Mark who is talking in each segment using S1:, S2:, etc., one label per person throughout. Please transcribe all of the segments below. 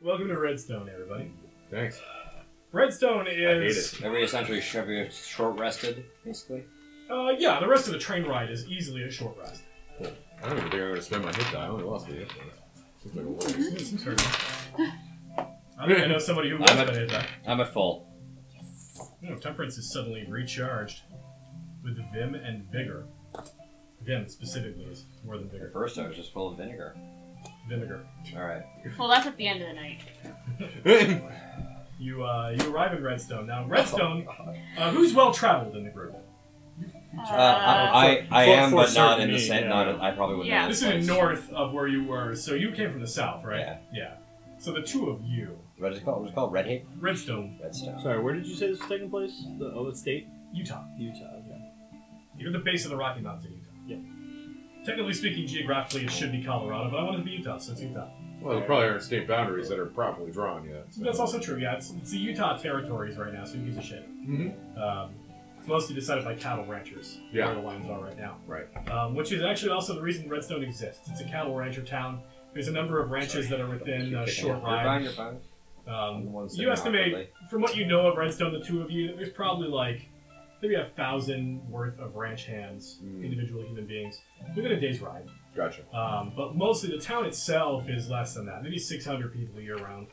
S1: Welcome to Redstone, everybody.
S2: Thanks.
S1: Redstone is.
S2: I hate it.
S3: Every essentially sh- every short rested, basically.
S1: Uh, yeah, the rest of the train ride is easily a short rest.
S2: I don't even think I would have spent my hit die. I only lost the hit die. Seems like a waste.
S1: Sure. I think I know somebody who was
S3: I'm a-
S1: gonna hit that.
S3: I'm at full.
S1: You know, temperance is suddenly recharged with vim and vigor. Vim specifically is more than
S3: At
S1: vigor.
S3: first, I was just full of vinegar.
S1: Vinegar.
S3: All right.
S4: Well, that's at the end of the night.
S1: You uh, you arrive in Redstone now. Redstone, uh, who's well traveled in the group?
S4: Uh,
S3: Uh, I, I, I
S2: For-
S3: am,
S2: for
S3: but not in the
S2: certainty,
S3: same.
S2: yeah.
S3: Not in, I probably would
S4: Yeah.
S3: not.
S1: This is in north of where you were, so you came from the south, right?
S3: Yeah.
S1: Yeah. So the two of you,
S3: What is it called? What is it called? Red Haven?
S1: Redstone,
S3: Redstone.
S5: Sorry, where did you say this was taking place? The oh, it's state,
S1: Utah.
S5: Utah. Okay.
S1: You're at the base of the Rocky Mountains in Utah.
S5: Yep.
S1: Technically speaking, geographically, it should be Colorado, but I wanted to be Utah, so it's Utah.
S2: Well, there probably aren't state boundaries that are properly drawn yet. so-
S1: That's also true. Yeah, it's, it's the Utah territories right now, so who gives a shit?
S2: Mhm.
S1: Um, it's mostly decided by cattle ranchers.
S2: Yeah.
S1: Where the lines are right now.
S2: Right.
S1: Um, which is actually also the reason Redstone exists. It's a cattle rancher town. There's a number of ranches that are within a short
S3: You're fine,
S1: ride.
S3: you're fine. I'm the
S1: Um,
S3: one sitting
S1: you estimate,
S3: awkwardly.
S1: from what you know of Redstone, the two of you, there's probably like maybe a thousand worth of ranch hands,
S2: Mm.
S1: individual human beings, within a day's ride.
S2: Gotcha.
S1: Um, but mostly the town itself is less than that, maybe 600 people year round.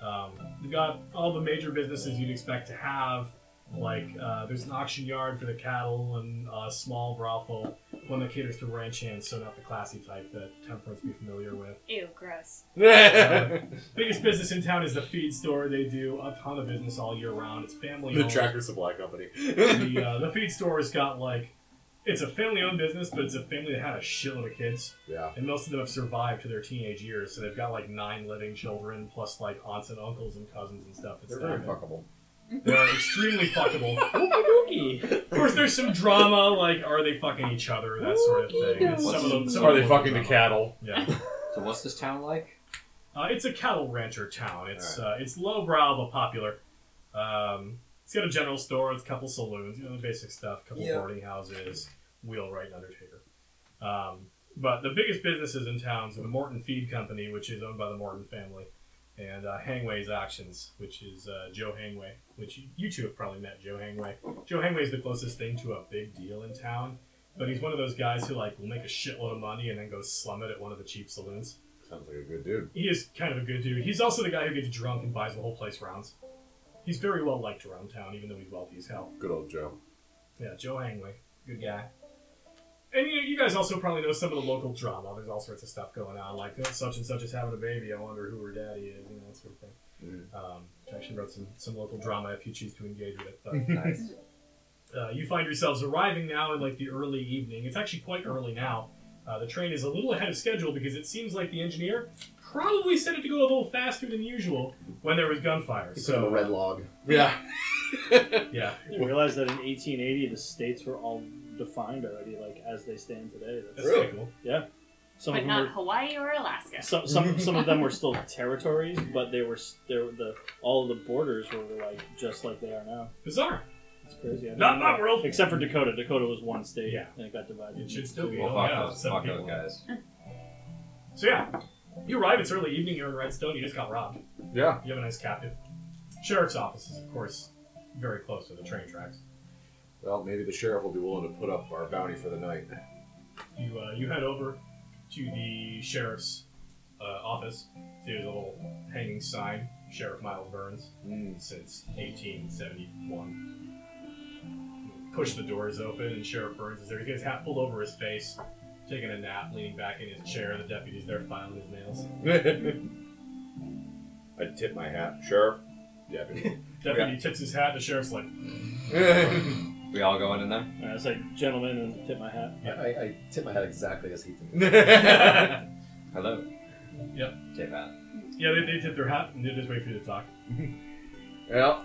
S1: Um, you've got all the major businesses you'd expect to have, like uh, there's an auction yard for the cattle and a small brothel, one that caters to ranch hands, so not the classy type that temperance be familiar with.
S4: Ew, gross.
S2: the
S1: Biggest business in town is the feed store. They do a ton of business all year round. It's family owned.
S2: Tractor Supply Company.
S1: the, uh, the feed store has got like, it's a family owned business, but it's a family that had a shitload of kids.
S2: yeah.
S1: And most of them have survived to their teenage years, so they've got like nine living children, plus like aunts and uncles and cousins and stuff. That's
S2: They're very
S1: down there.
S2: fuckable.
S1: They're extremely fuckable. Of course, there's some drama, like are they fucking each other, that sort of thing. And some of them, some
S2: Are
S1: of
S2: they
S1: them
S2: fucking the
S1: look
S2: cattle?
S1: drama. Yeah,
S3: So what's this town like?
S1: uh, it's a cattle rancher town. It's uh, it's lowbrow but popular. Um, it's got a general store, it's a couple saloons, you know, the basic stuff, couple
S3: Yeah.
S1: boarding houses, wheelwright and undertaker. Um, but the biggest businesses in town are the Morton Feed Company, which is owned by the Morton family, and uh, Hangway's Auctions, which is uh, Joe Hangway, which you, you two have probably met Joe Hangway. Joe Hangway is the closest thing to a big deal in town, but he's one of those guys who like will make a shitload of money and then go slum it at one of the cheap saloons.
S2: Sounds like a good dude.
S1: He is kind of a good dude. He's also the guy who gets drunk and buys the whole place rounds. He's very well liked around town, even though he's wealthy as hell.
S2: Good old Joe.
S1: Yeah, Joe Hangway, good guy. And you, you guys also probably know some of the local drama. There's all sorts of stuff going on, like "Oh, such and such is having a baby. I wonder who her daddy is, you know, that sort of thing. Um, I actually wrote some, some local drama if you choose to engage with it. But
S3: Nice.
S1: uh, you find yourselves arriving now in like the early evening. It's actually quite early now. Uh, the train is a little ahead of schedule because it seems like the engineer probably said it to go a little faster than usual when there was gunfire.
S6: I'm a
S1: So
S6: red log.
S2: Yeah.
S1: yeah,
S5: You realize that in 1880 the states were all defined already, like as they stand today. That's,
S1: that's
S2: Really?
S1: pretty cool.
S5: Some
S4: But
S5: of them
S4: not
S5: were,
S4: Hawaii or Alaska.
S5: some, some some of them were still territories, but they were s- there were the all the borders were like just like they are now.
S1: Bizarre.
S5: It's crazy. I didn't
S1: Not
S5: know
S1: my
S5: that.
S1: world.
S5: Except for Dakota. Dakota was one state,
S1: Yeah.
S5: and it got divided.
S1: It should
S5: into
S1: still
S5: two.
S1: be.
S3: Well,
S1: Oh,
S3: fuck
S1: yeah,
S3: those,
S1: some
S3: fuck
S1: people.
S3: those guys.
S1: So yeah, you arrive. It's early evening. You're in Redstone. You just got robbed.
S2: Yeah.
S1: You have a nice captive. Sheriff's office is of course very close to the train tracks.
S2: Well, maybe the sheriff will be willing to put up our bounty for the night.
S1: You uh, you head over to the sheriff's uh, office. There's a little hanging sign, Sheriff Miles Burns, since 1871. Push the doors open, and Sheriff Burns is there. He's got his hat pulled over his face, taking a nap, leaning back in his chair. The deputy's there filing his nails.
S2: I tip my hat. Sheriff? Deputy.
S1: Deputy tips his hat. The sheriff's like,
S3: We all going in there?
S5: And I was like, gentlemen, and tip my hat.
S6: I, I tip my head exactly as he did.
S1: yeah,
S3: Hello.
S1: Yep.
S3: Take that.
S1: they, they tip their hat, and they just wait for you to talk.
S2: well,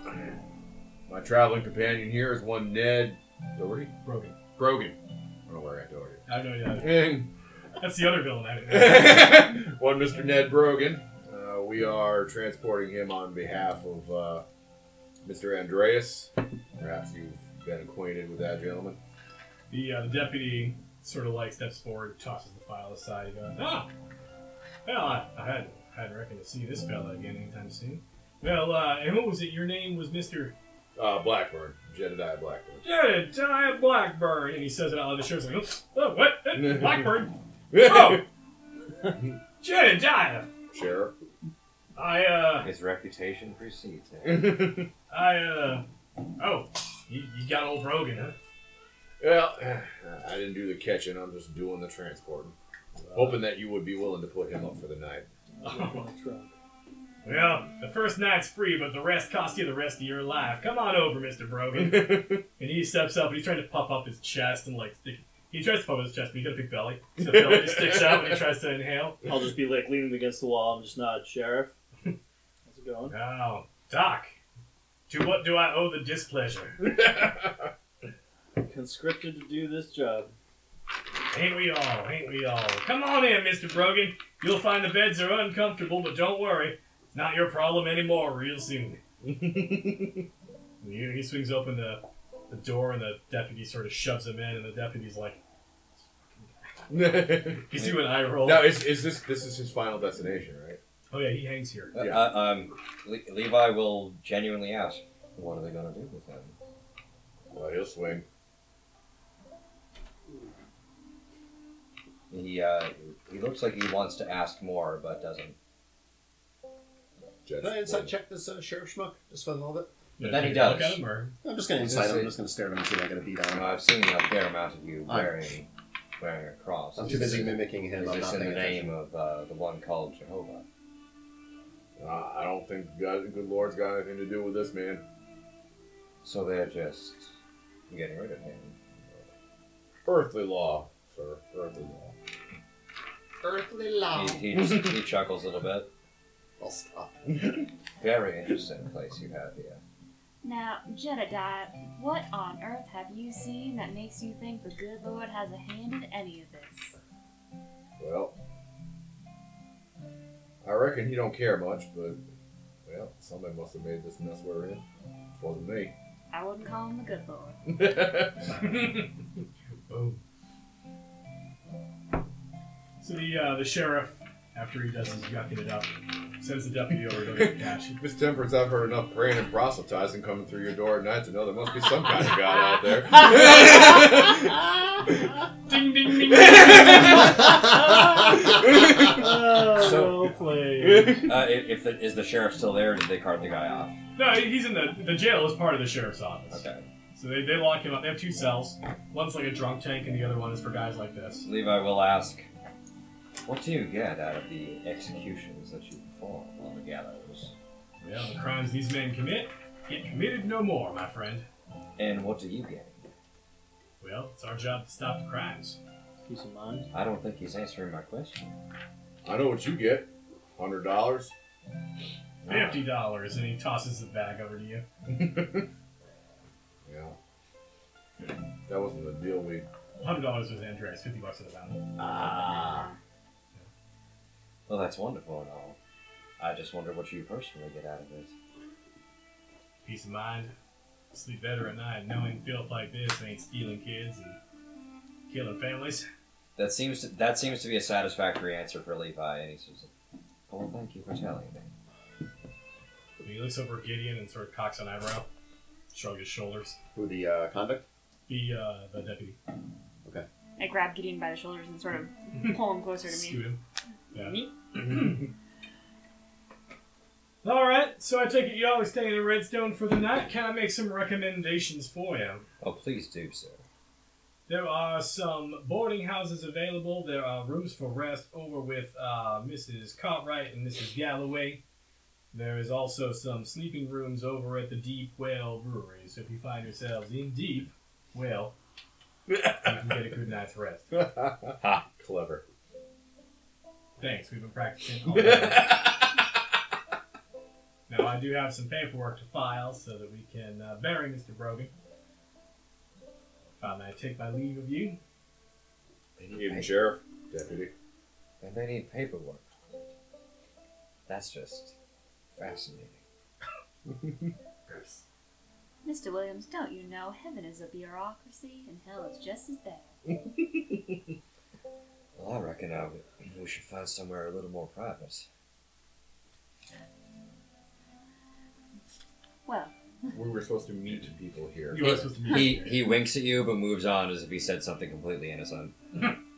S2: my traveling companion here is one Ned Doherty?
S1: Brogan.
S2: Brogan. I don't know where I got Doherty.
S1: I have no idea.
S2: And
S1: That's the other villain. I didn't know.
S2: one Mr. Ned Brogan. Uh, we are transporting him on behalf of uh, Mr. Andreas. Perhaps you've been acquainted with that gentleman.
S1: The, uh, the deputy sort of like steps forward, tosses the file aside, and goes, Ah! Well, I, I had hadn't reckoned to see this fella again anytime soon. Well, uh, and what was it? Your name was Mister
S2: Uh, Blackburn. Jedediah Blackburn.
S1: Jedediah Blackburn, and he says it out loud. The show's like, oh, what? Blackburn?
S2: Oh!
S1: Oh, Jedediah.
S2: Sheriff.
S1: I uh,
S7: His reputation precedes him.
S2: well,
S1: I uh, oh, you, you got old Rogan, huh?
S2: I didn't do the catching. I'm just doing the transporting. Hoping that you would be willing to put him up for the night.
S1: Oh. Well, the first night's free, but the rest cost you the rest of your life. Come on over, Mr. Brogan. and he steps up and he's trying to puff up his chest and like stick. He tries to puff up his chest, but he's got a big belly. So the belly just sticks out when he tries to inhale.
S5: I'll just be like leaning against the wall. I'm just nod, sheriff. How's it going?
S1: Oh, Doc, to what do I owe the displeasure?
S5: Conscripted to do this job.
S1: Ain't we all? Ain't we all? Come on in, Mr. Brogan. You'll find the beds are uncomfortable, but don't worry. It's not your problem anymore real soon. he, he swings open the, the door and the deputy sort of shoves him in, and the deputy's like,
S2: now,
S1: he's doing eye roll.
S2: is, is this this is his final destination, right?
S1: Oh, yeah, he hangs here.
S2: Yeah.
S7: Uh, um, Le- Levi will genuinely ask, what are they going to do with him?
S2: Well, he'll swing.
S7: He, uh, he looks like he wants to ask more, but doesn't.
S2: Jed
S6: Can I inside check this uh, sheriff schmuck just for a little bit?
S1: Yeah,
S7: then he
S1: do you Look
S7: does.
S1: at him, or
S6: I'm just gonna
S7: Is
S6: inside
S7: this
S6: him.
S7: a-
S6: I'm just gonna stare at him and see if I get a beat
S7: I
S6: on
S7: don't know,
S6: him.
S7: I've seen a fair amount of you
S6: Alright.
S7: wearing, wearing a cross.
S6: I'm
S7: Is
S6: too
S7: this-
S6: busy mimicking him.
S7: Is
S6: I'm
S7: this
S6: not
S7: in the
S6: paying
S7: name of
S6: attention.
S7: uh, the one called Jehovah?
S2: Uh, I don't think God, the good Lord's got anything to do with this man.
S7: So they're just getting rid of him.
S2: Earthly law, sir. Earthly law.
S6: Earthly law.
S7: He, he, just, he chuckles a little bit.
S6: I'll stop.
S7: Very interesting place you have here.
S4: Now, Jedediah, what on earth have you seen that makes you think the good Lord has a hand in any of this?
S2: Well, I reckon he don't care much, but well, somebody must have made this mess we're in. It wasn't me.
S4: I wouldn't call him the good Lord.
S1: Boom. So the uh, the sheriff, after he does his yucking it up, sends the deputy over to go get the cash.
S2: Miss Temperance, I've heard enough praying and proselytizing coming through your door at night to know there must be some kind of God out there.
S1: ding, ding, ding, ding.
S5: Oh,
S7: So-
S5: well played.
S7: Uh, i- if the, is the sheriff still there, or did they cart the guy off?
S1: No, he's in the the jail is part of the sheriff's office.
S7: Okay.
S1: So they, they lock him up. They have two cells. One's like a drunk tank, and the other one is for guys like this.
S7: Levi will ask, What do you get out of the executions that you perform on the gallows?
S1: Well, the crimes these men commit get committed no more, my friend.
S7: And what do you get?
S1: Well, it's our job to stop the crimes.
S5: Peace of mind.
S7: I don't think he's answering my question.
S2: I know what you get. Hundred dollars.
S1: Fifty dollars, and he tosses the bag over to you.
S2: Yeah. That wasn't the deal we
S1: Hundred dollars was Andreas. Fifty bucks at the bounty.
S2: Ah.
S3: Uh,
S7: Well, that's wonderful and all. I just wonder what you personally get out of it.
S1: Peace of mind. Sleep better at night, knowing filth like this ain't stealing kids and killing families.
S7: That seems to, that seems to be a satisfactory answer for Levi, and he says, "Oh, "Well, thank you for telling me."
S1: And he looks over at Gideon and sort of cocks an eyebrow, shrugs his shoulders.
S6: Who the uh, convict?
S1: The uh, the deputy
S4: I grab Gideon by the shoulders and sort of pull him closer to me.
S1: scoot him. Yeah.
S4: Me?
S1: All right, so I take it y'all are staying in Redstone for the night. Can I make some recommendations for you?
S7: Oh, please do, sir.
S1: There are some boarding houses available. There are rooms for rest over with uh, Mrs. Cartwright and Mrs. Galloway. There is also some sleeping rooms over at the Deep Well Brewery. So if you find yourselves in Deep Well, you can get a good night's rest.
S2: clever.
S1: Thanks, we've been practicing. All night. now I do have some paperwork to file so that we can uh, bury Mr. Brogan. If I may take my leave of you,
S2: Even sheriff, deputy.
S7: And they need paperwork. That's just fascinating.
S4: Mr. Williams, don't you know heaven is a bureaucracy and hell is just as bad?
S7: Well, I reckon I would, we should find somewhere a little more private.
S2: were supposed to meet people here.
S1: You were supposed to be
S7: He he winks at you but moves on as if he said something completely innocent.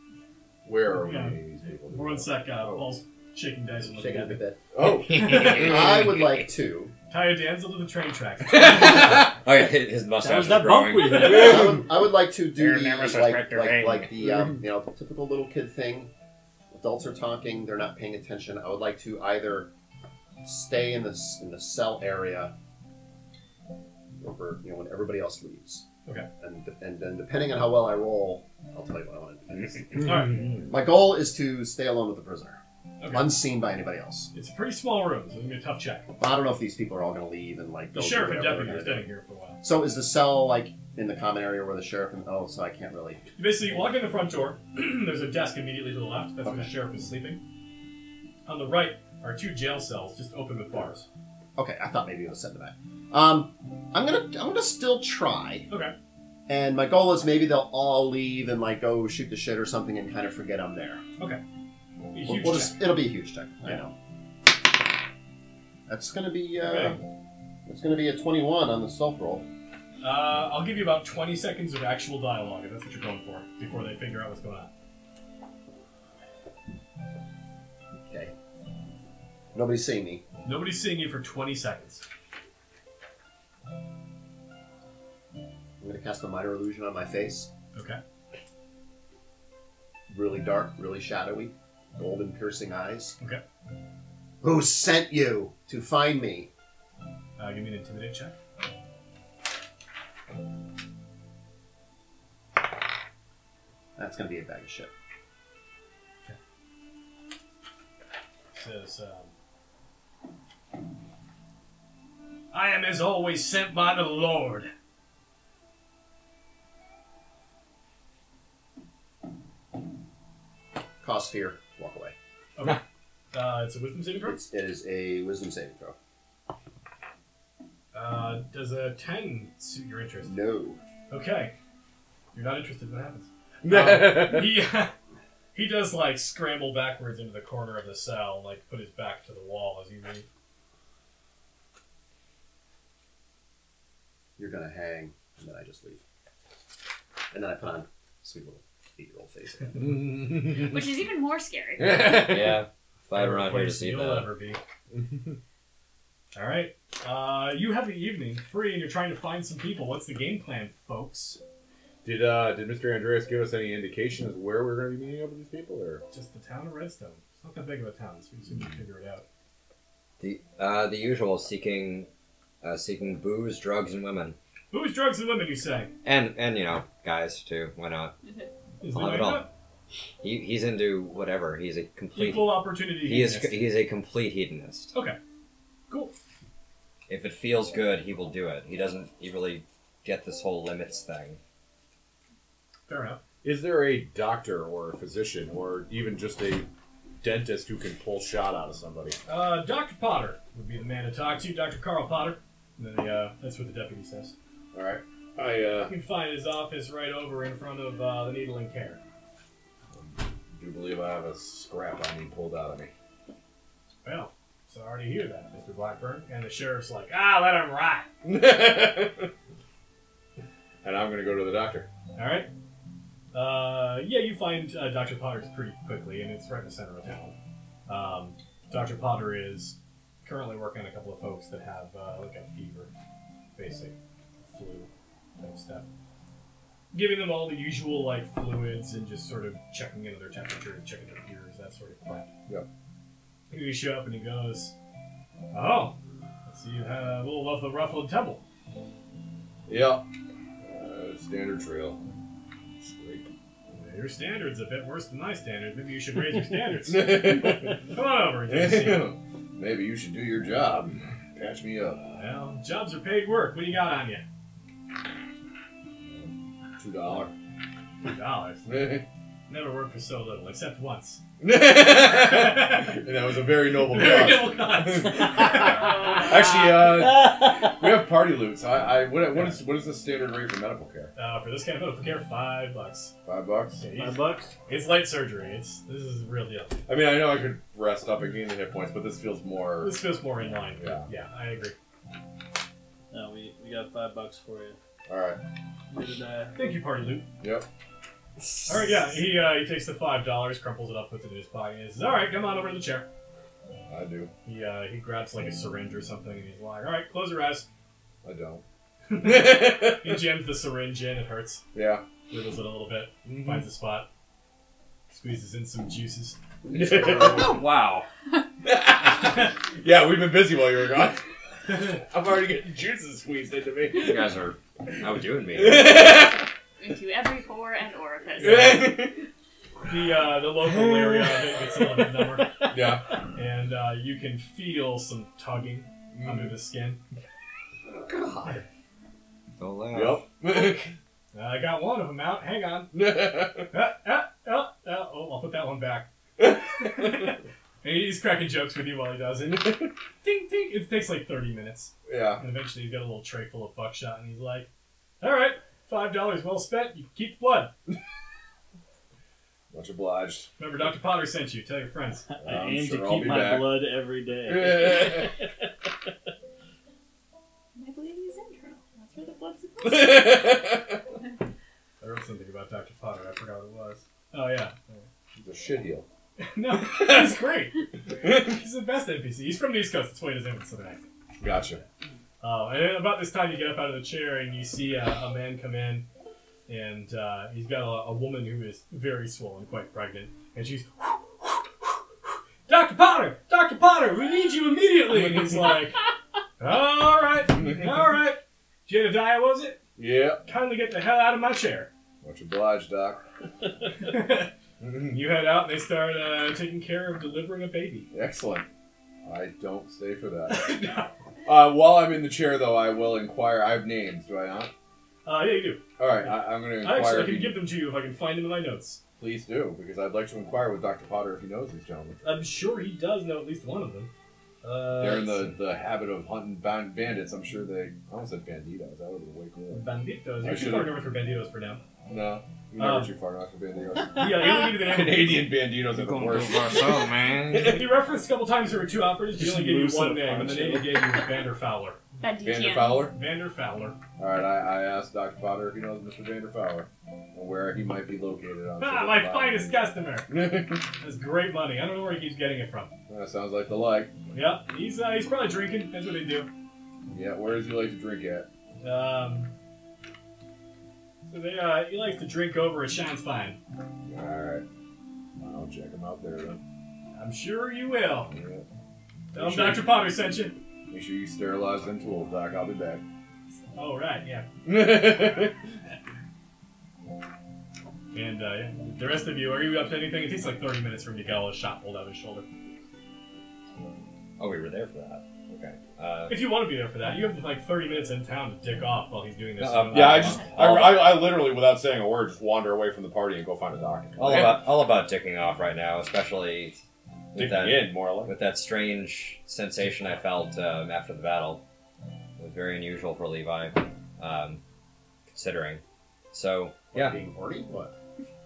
S2: Where are we
S1: Yeah.
S2: meeting these people?
S1: One sec, uh,
S2: Oh.
S1: Paul's shaking dice and looking
S6: Shaking
S1: at
S6: up
S1: it.
S6: at that. Oh, I would like to.
S1: Tie a damsel to the train tracks.
S7: Oh yeah, his his mustache
S5: That was
S7: is
S5: that bump
S7: growing.
S5: we had.
S6: I would, I would like to do
S7: Your
S6: the,
S7: nemesis,
S6: like,
S7: Mr.
S6: like,
S7: Vane.
S6: like the um, you know the typical little kid thing. Adults are talking; they're not paying attention. I would like to either stay in the s- in the cell area over you know when everybody else leaves.
S1: Okay.
S6: And and then depending on how well I roll, I'll tell you what I want to do. next.
S1: Alright.
S6: My goal is to stay alone with the prisoner,
S1: Okay.
S6: unseen by anybody else.
S1: It's a pretty small room, so it's gonna be a tough check.
S6: I don't know if these people are all going to leave and like go
S1: The
S6: do
S1: sheriff and
S6: whatever
S1: deputy are
S6: they're gonna
S1: staying here for a while.
S6: do. So is the cell like in the common area where the sheriff and oh, so I can't really.
S1: You basically walk in the front door. There's a desk immediately to the left. That's where the
S6: Okay.
S1: sheriff is sleeping. On the right are two jail cells, just open with bars.
S6: Okay, I thought maybe it was set in the back. Um, I'm gonna I'm gonna still try,
S1: Okay.
S6: and my goal is maybe they'll all leave and like go shoot the shit or something and kind of forget I'm there.
S1: A
S6: We'll-
S1: huge
S6: we'll
S1: check.
S6: just- it'll be a huge check. I
S1: Yeah.
S6: know. That's gonna be uh,
S1: Okay.
S6: it's gonna be a 21 on the self roll.
S1: Uh, I'll give you about 20 seconds of actual dialogue, if that's what you're going for, before they figure out what's going on.
S6: Okay. Nobody's seeing me.
S1: Nobody's seeing you for 20 seconds.
S6: I'm gonna cast a minor illusion on my face.
S1: Okay.
S6: Really dark, really shadowy, golden piercing eyes.
S1: Okay.
S6: Who sent you to find me?
S1: Uh, give me an intimidate check.
S6: That's gonna be a bag of shit.
S1: says, um, I am as always sent by the Lord.
S6: Cause fear. Walk away.
S1: Uh, it's a wisdom saving throw.
S6: It's, it is a wisdom saving throw.
S1: Uh, does a 10 suit your interest?
S6: No.
S1: Okay. You're not interested, what happens? Um, he, he does, like, scramble backwards into the corner of the cell, and, like, put his back to the wall as you leave.
S6: You're gonna hang, and then I just leave. And then I put on sweet little eight year old face. again.
S1: Mm-hmm.
S4: Which is even more scary.
S7: yeah. If I were not here to
S1: Place
S7: see
S1: you'll
S7: that.
S1: ever be. All right. Uh, you have the evening free, and you're trying to find some people. What's the game plan, folks?
S2: Did uh, did Mr. Andreas give us any indication as where we're going to be meeting up with these people, or
S1: Just the town of Redstone. It's not that big of a town, so we can soon figure it out.
S7: The uh, the usual seeking uh, seeking booze, drugs, and women.
S1: Booze, drugs, and women, you say?
S7: And and you know, guys too, why not?
S1: Is
S7: I'll have
S1: that
S7: it all.
S1: right?
S7: He, he's into whatever. He's a complete
S1: Equal opportunity.
S7: he is
S1: hedonist.
S7: he's a complete hedonist.
S1: Okay. Cool.
S7: If it feels good, he will do it. He doesn't he really get this whole limits thing.
S1: Fair enough.
S2: is there a doctor or a physician or even just a dentist who can pull shot out of somebody?
S1: Uh, Dr. Potter would be the man to talk to. Dr. Carl Potter. And then the, uh, that's what the deputy says.
S2: All right, I uh,
S1: You can find his office right over in front of uh, the needle and care.
S2: do believe I have a scrap I need pulled out of me.
S1: Well, sorry to hear that, Mr. Blackburn. And the sheriff's like, ah, let him rot.
S2: and I'm gonna go to the doctor.
S1: All right. Uh, yeah, you find uh, Dr. Potter's pretty quickly, and it's right in the center of town. Um, Dr. Potter is currently working on a couple of folks that have uh, like a fever, basic flu type stuff. Giving them all the usual like fluids and just sort of checking into their temperature, checking their ears, that sort of crap.
S2: Yep.
S1: You show up and he goes, "Oh, I see you had a little of the ruffled temple."
S2: Yep. Uh, standard trail. Scrape.
S1: Your standard's a bit worse than my standard. Maybe you should raise your standards. Come on over and take a seat.
S2: Maybe you should do your job. Patch me up.
S1: Well, jobs are paid work. What do you got on you?
S2: Two dollar.
S1: Two dollars.
S2: and
S1: Never worked for so little, except once.
S2: that was a very noble
S1: Very
S2: cause.
S1: double cuts.
S2: Actually, uh, we have party loot. So I, I what, what is what is the standard rate for medical care?
S1: uh, for this kind of medical care, five bucks.
S2: Five bucks.
S1: Yeah,
S5: Five
S1: he's-
S5: bucks.
S1: It's light surgery. It's this is the real deal.
S2: I mean, I know I could rest up and gain the hit points, but this feels more.
S1: This feels more in line. With
S2: Yeah.
S1: yeah, I agree.
S5: No, we, we got five bucks for you.
S2: All right.
S5: Jedediah.
S1: Thank you, Party Loot.
S2: Yep.
S1: All right, yeah. He uh, he takes the five dollars, crumples it up, puts it in his pocket, and says, "All right, come on over to the chair."
S2: I do.
S1: He uh, he grabs like a syringe or something, and he's like, "All right, close your eyes."
S2: I don't.
S1: He jams the syringe in. It hurts.
S2: yeah.
S1: Riddles it a little bit.
S2: Mm-hmm.
S1: Finds a spot. Squeezes in some juices.
S7: Oh, wow.
S2: yeah, we've been busy while you were gone. I'm already getting juices squeezed into me.
S7: You guys are outdoing me.
S2: yeah.
S4: Into every pore and orifice.
S1: The uh, the local area of it gets a little bit number,
S2: Mm.
S1: and uh, you can feel some tugging
S2: Mm-hmm.
S1: under the skin.
S2: God.
S7: Don't laugh.
S2: Yep.
S1: Uh, I got one of them out. Hang on. Ah, ah, ah, ah. Oh, I'll put that one back. and he's cracking jokes with you while he does it. ding, ding. It takes like 30 minutes.
S2: yeah.
S1: And eventually he's got a little tray full of buckshot and he's like, all right, $5 well spent. You can keep the blood.
S2: Much obliged.
S1: Remember, Dr. Potter sent you. Tell your friends.
S5: uh, I
S2: I'm
S5: aim
S2: sure
S5: to
S2: I'll
S5: keep
S2: be
S5: my
S2: back.
S5: blood every day.
S2: Yeah.
S4: I believe he's intro. That's where the blood's supposed to
S2: He's
S1: I wrote something about Dr. Potter. I forgot what it was. Oh, yeah.
S2: a shit heel.
S1: no, he's great. He's the best NPC. He's from the East Coast. That's why he doesn't have a Southern accent.
S2: Gotcha.
S1: Oh, and then about this time, you get up out of the chair and you see a, a man come in, and uh, he's got a, a woman who is very swollen, quite pregnant, and she's, Doctor Potter, Doctor Potter, we need you immediately. And he's like, All right, all right, Jedediah, was it?
S2: Yeah.
S1: Kindly get the hell out of my chair.
S2: Much obliged, Doc. Mm-hmm.
S1: you head out, and they start uh, taking care of delivering a baby.
S2: Excellent. I don't stay for that.
S1: uh,
S2: Uh, while I'm in the chair, though, I will inquire. I have names, do I not?
S1: yeah, you do.
S2: All right, I, I'm going to
S1: I
S2: inquire.
S1: actually
S2: if
S1: can
S2: he-
S1: give them to you if I can find them in my notes.
S2: Please do, because I'd like to inquire with Dr. Potter if he knows these gentlemen.
S1: I'm sure he does know at least one of them. Uh,
S2: They're in
S1: let's
S2: the, the habit of hunting ban- bandits. I'm sure they. I almost said banditos. That would have way cool.
S1: Banditos.
S2: I
S1: You're too
S2: should've-
S1: far north for banditos for now.
S2: No, you're never
S1: Um,
S2: too far enough for banditos.
S1: Yeah, you only give you the name.
S2: Oh. Canadian banditos are the worst.
S7: man.
S1: He referenced a couple times there were two operators. He
S5: Just
S1: only gave
S5: loose
S1: you
S5: it
S1: one
S5: up,
S1: name, and the name
S5: aren't you?
S1: he gave you was Vander Fowler.
S4: Bendy
S2: Vander
S4: Jans.
S2: Fowler?
S1: Vander Fowler.
S2: Alright, I, I asked Dr. Potter if he knows Mr. Vanderfowler and where he might be located on.
S1: Ah,
S2: Silver
S1: my
S2: Cloud.
S1: finest customer. That's great money. I don't know where he keeps getting it from.
S2: that sounds like the like.
S1: Yeah, he's uh, he's probably drinking. That's what they do.
S2: Yeah, where does he like to drink at?
S1: Um, so they uh, he likes to drink over a shines fine.
S2: Alright. I'll check him out there then.
S1: I'm sure you will.
S2: Yeah.
S1: Tell him
S2: Sure.
S1: Dr. Potter sent you.
S2: Make sure you sterilize them tools, Doc. I'll be back.
S1: Oh right, yeah. And uh, yeah, the rest of you, are you up to anything? It takes like 30 minutes for him to get all his shot pulled out of his shoulder.
S7: Oh, we were there for that. Okay. Uh,
S1: If you want to be there for that, you have like 30 minutes in town to dick off while he's doing this. uh,
S7: No, um,
S2: Uh, yeah, I just, I, I, I literally, without saying a word, just wander away from the party and go find a doctor.
S7: all about all about dicking off right now, especially with
S2: Dig
S7: that
S2: in, more like.
S7: with that strange sensation I felt um, after the battle. It was very unusual for Levi, um, considering. So yeah,
S6: Being horny? What?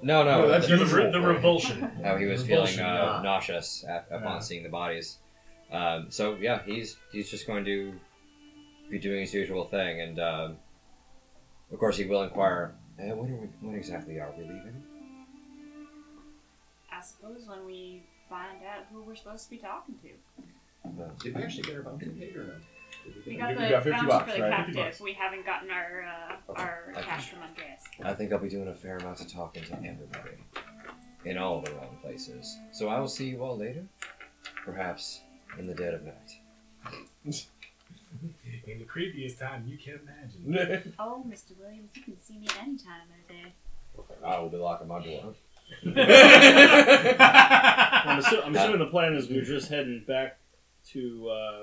S7: no, no,
S2: No, Oh, that's
S1: the,
S7: th-
S1: the,
S2: usual
S1: re- the
S2: for him.
S1: revulsion.
S7: how he was
S1: Revulsion,
S7: feeling uh,
S6: yeah.
S7: nauseous af- upon
S1: Yeah.
S7: seeing the bodies. Um, so yeah, he's he's just going to be doing his usual thing, and um, of course he will inquire. Uh, when, are we, when exactly are we leaving?
S4: I suppose when we find out who we're supposed to be talking to.
S6: Did we actually get our bounty paid or no? Did
S4: We
S6: get
S4: got
S2: We
S4: the
S2: got 50
S4: bounty
S2: bucks,
S4: for the
S2: right?
S1: 50 bucks.
S4: captive. We haven't gotten our uh, our
S7: Okay.
S4: cash from Andreas.
S7: I think I'll be doing a fair amount of talking to everybody in all the wrong places. So I will see you all later, perhaps in the dead of night.
S1: In the creepiest time you can imagine.
S2: I
S4: Oh, Mr. Williams, you can see me at any time of the day.
S2: will be locking my door.
S5: I'm, assu- I'm assuming the plan is we're just heading back to uh,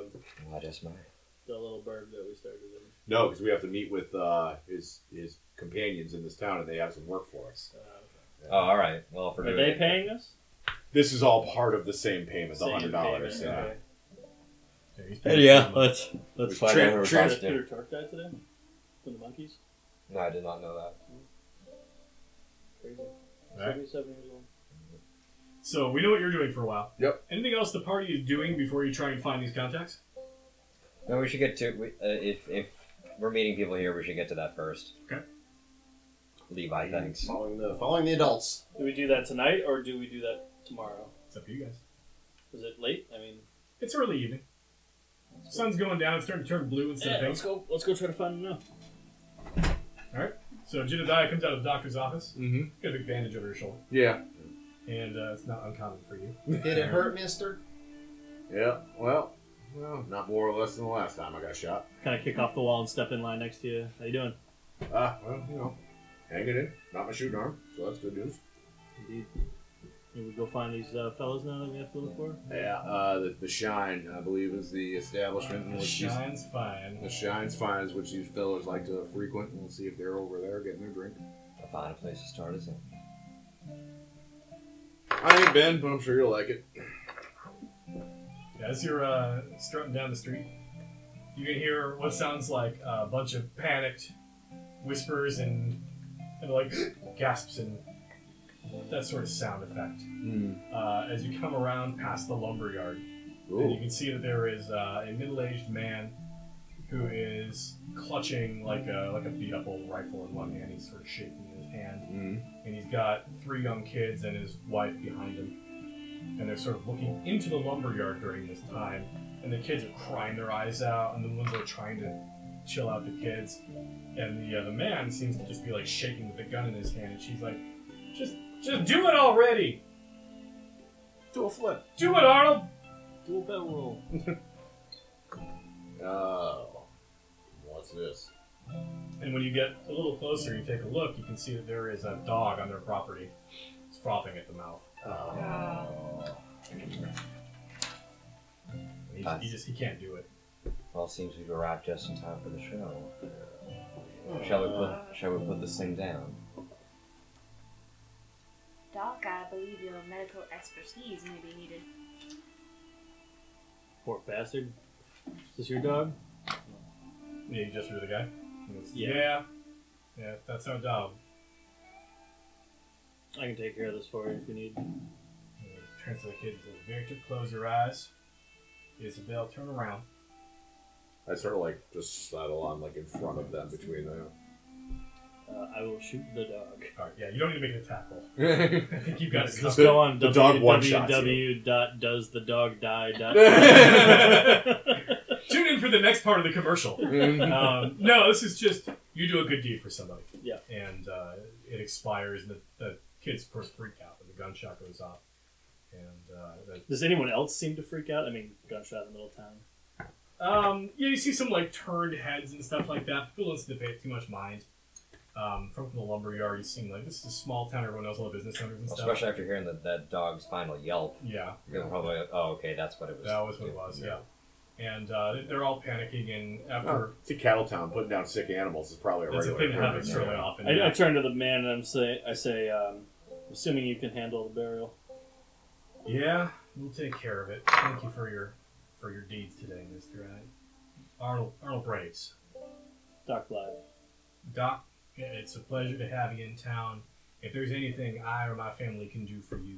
S7: Why does my
S5: the little bird that we started in.
S2: No, because we have to meet with uh, his his companions in this town, and they have some work for us.
S5: Uh,
S7: Oh, all right. Well, for
S5: are they paying us?
S2: This is all part of the same payment, the
S5: Same
S2: hundred dollars.
S5: payment,
S2: Yeah.
S5: okay.
S7: let's
S2: let's find out who we're
S5: Did
S2: Trans-
S5: Peter Tork died today? From the monkeys?
S7: No, I did not know that.
S5: Crazy.
S1: Right.
S5: 77 years old.
S1: So we know what you're doing for a while.
S2: Yep.
S1: Anything else the party is doing before you try and find these contacts?
S7: No, we should get to we, uh, if if we're meeting people here. We should get to that first.
S1: Okay.
S7: Levi, thanks.
S6: Following the following the adults.
S5: Do we do that tonight or do we do that tomorrow?
S1: It's up to you guys.
S5: Is it late? I mean,
S1: It's early evening. Sun's going down. It's starting to turn blue instead
S5: yeah,
S1: of
S5: let's
S1: pink.
S5: go. Let's go try to find enough.
S1: So Jedediah comes out of the doctor's office.
S2: Mm-hmm.
S1: Got a big bandage over her shoulder,
S2: Yeah.
S1: and uh, it's not uncommon for you.
S6: Did it hurt, Mister?
S2: Yeah. Well, well, not more or less than the last time I got shot.
S5: Kind of kick off the wall and step in line next to you. How you doing?
S2: Ah, well, you know, hanging in. Not my shooting arm, so that's good news.
S5: Indeed. Maybe we go find these uh, fellows now that we have to look for.
S2: Yeah. Uh, the, the shine, I believe, is the establishment in
S1: It
S2: which these
S1: shines fine.
S2: the shine's finds which these fellas like to frequent, and we'll see if they're over there getting their drink.
S7: I'll find a place to start, isn't it?
S2: I ain't been, but I'm sure you'll like it.
S1: As you're uh, strutting down the street, you can hear what sounds like a bunch of panicked whispers and, and like gasps and that sort of sound effect. Uh, as you come around past the lumberyard, and you
S2: Ooh.
S1: can see that there is uh, a middle-aged man who is clutching like a like a beat-up old rifle in one hand. He's sort of shaking in his hand
S2: Mm.
S1: and he's got three young kids and his wife behind him. And they're sort of looking into the lumberyard during this time, and the kids are crying their eyes out, and the ones that are trying to chill out the kids, and the uh, the man seems to just be like shaking with the gun in his hand, and she's like, "Just, just do it already!
S6: Do a flip.
S1: Do it, Arnold!
S5: Dual bell roll.
S2: Oh. What's this?
S1: And when you get a little closer, you take a look, you can see that there is a dog on their property. It's frothing at the mouth.
S2: Oh. Uh,
S1: And He, he just he can't do it.
S7: Well, seems we've arrived just in time for the show. Shall we put Shall we put this thing down?
S4: Doc, I believe your medical expertise may be needed.
S5: Poor bastard. Is this your dog?
S1: Yeah, you just hear the guy. He goes,
S5: Yeah.
S1: yeah, yeah, that's our dog.
S5: I can take care of this for you if you need.
S1: And he Turns to the kid and says, Victor, close your eyes. Isabel, turn around.
S2: I sort of like just sidle on like in front of them between them.
S5: Uh, I will shoot the dog.
S1: All right, yeah, you don't need to make a tackle. I think you've got it
S5: Just
S1: covered.
S5: go on
S2: the dog one-shots
S5: www.doesthedogdie.com.
S1: Tune in for the next part of the commercial. um, no, this is just you do a good deed for somebody.
S5: Yeah.
S1: And uh, it expires, and the, the kids, of course, freak out when the gunshot goes off. And uh, the
S5: Does anyone else seem to freak out? I mean, gunshot in the middle of town.
S1: Um, yeah, you see some like turned heads and stuff like that. People don't seem to pay it too much mind. Um, from the lumberyard, you seem like this is a small town. Everyone knows all the business owners and stuff.
S7: Especially after hearing that that dog's final yelp.
S1: yeah,
S7: You're probably like, oh, okay, that's what it was.
S1: that was what it was. Yeah, and uh, they're all panicking. And
S2: Oh,
S1: after
S2: it's a cattle town. Putting down sick animals is probably a
S1: that's a thing
S2: regular
S1: that
S2: occurrence.
S1: happens fairly often.
S5: I, I turn to the man and I'm say, I say, um, assuming you can handle the burial.
S1: Yeah, we'll take care of it. Thank you for your for your deeds today, Mister Arnold Arnold Braves.
S5: Doc Live.
S1: Doc, it's a pleasure to have you in town. If there's anything I or my family can do for you,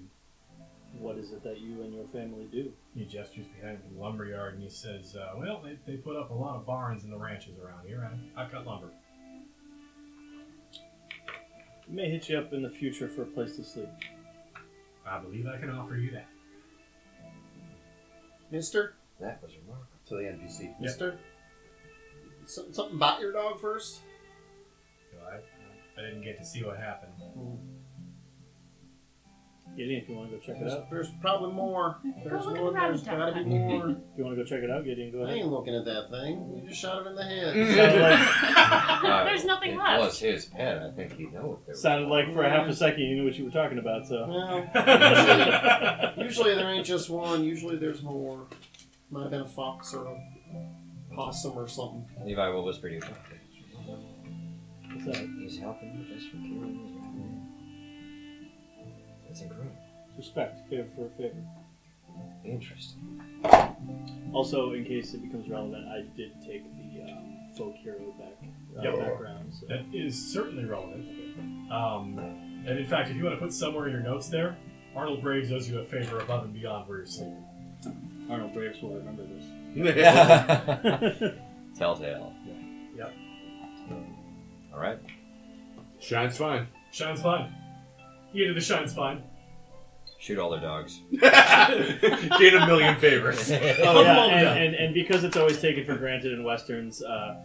S5: What is it that you and your family do?
S1: He gestures behind the lumberyard and he says, uh, "Well, they, they put up a lot of barns in the ranches around here. I, I cut lumber.
S5: We may hit you up in the future for a place to sleep.
S1: I believe I can offer you that."
S6: Mister
S7: That was remarkable.
S6: to the NPC. Mister. Some- Something about your dog first.
S1: So I, I didn't get to see what happened.
S5: Gideon, if you want to go check it
S6: There's,
S5: out.
S6: there's probably more. There's
S4: look at
S6: more.
S4: the rabbit
S6: There's gotta be
S4: dog.
S6: more.
S5: If you want to go check it out, Gideon, go
S6: I
S5: ahead.
S6: ain't looking at that thing. You just shot it in the
S5: It
S6: head.
S5: sounded like,
S4: There's nothing
S7: Uh, it
S4: left.
S7: was his pet. I think he know if there was.
S5: sounded like for a half a second you knew what you were talking about,
S4: Mm.
S5: so.
S6: Well, usually there ain't just one. Usually there's more. Might have been a fox or a possum or something.
S7: Levi will whisper to you.
S5: What's that?
S7: He's helping you just for killing his own man. That's incredible.
S5: Respect, favor for a favor.
S7: Interesting.
S5: Also, in case it becomes relevant, I did take the um, folk hero back uh,
S1: Yeah.
S5: background. So.
S1: That is certainly relevant. Um, and in fact, if you want to put somewhere in your notes there, Arnold Braves owes you a favor above and beyond where you're sleeping.
S5: Arnold Braves will remember this.
S7: Telltale. Hmm. All right.
S2: Shine's fine.
S1: Shine's fine. You to the shine's fine.
S7: Shoot all their dogs.
S2: Gain a million favors.
S5: Oh, yeah,
S1: Humble them.
S5: and, and, and because it's always taken for granted in westerns, uh,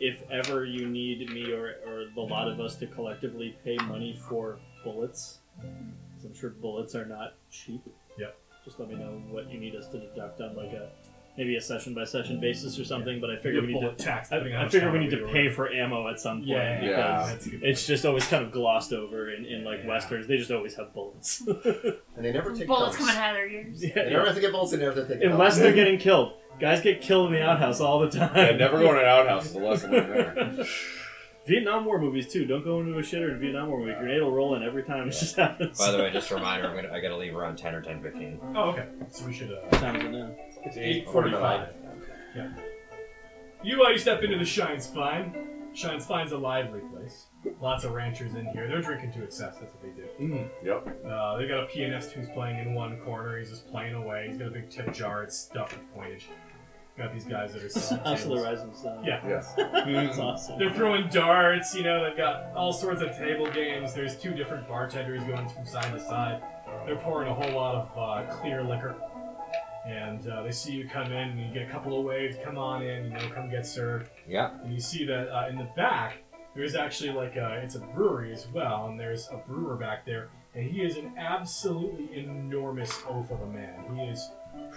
S5: if ever you need me or, or the lot of us to collectively pay money for bullets, 'cause I'm sure bullets are not cheap.
S1: Yep.
S5: Just let me know what you need us to deduct on like a maybe a session by session basis or something. But I
S1: Your
S5: figure we need to
S1: bullet tax.
S5: I,
S1: depending on
S5: I
S1: how
S5: figure we
S1: strong
S5: need
S1: you
S5: to
S1: are.
S5: pay for ammo at some point
S1: Yeah,
S5: because
S2: Yeah.
S1: That's a good
S5: it's just always kind of glossed over in, in like
S1: Yeah.
S5: westerns. They just always have bullets.
S6: And they never take
S4: Bullets coming
S6: dumps.
S4: out of their ears.
S6: They never have to get bullets. They never have to take
S5: Unless
S6: dumps.
S5: they're getting killed. Guys get killed in the outhouse all the time.
S2: yeah, never go in an outhouse is a lesson right there.
S5: Vietnam War movies too. Don't go into a shitter in a Vietnam War movie. Grenade will roll in every time. It just happens.
S7: By the way, just a reminder, I'm gonna, I gotta leave around 10 or 10:15.
S1: Oh, okay. So we should. Uh,
S5: times it now.
S1: it's eight forty-five. Yeah. You uh, you step into the Shine's Fine. Shine's Fine's a lively place. Lots of ranchers in here. They're drinking to excess. That's what they do.
S2: Hmm. Yep.
S1: Uh, they got a pianist who's playing in one corner. He's just playing away. He's got a big tip jar. It's stuffed with coinage. Got these guys that are selling
S5: House of the
S1: tables.
S5: Rising Sun.
S1: Yeah.
S2: Yes. Hmm.
S5: that's awesome.
S1: They're throwing darts, you know, they've got all sorts of table games. There's two different bartenders going from side to side. They're pouring a whole lot of uh, clear liquor. And uh, they see you come in, and you get a couple of waves, come on in, you know, come get served.
S7: Yeah.
S1: And you see that uh, in the back, there's actually like a, it's a brewery as well, and there's a brewer back there. And he is an absolutely enormous oaf of a man. He is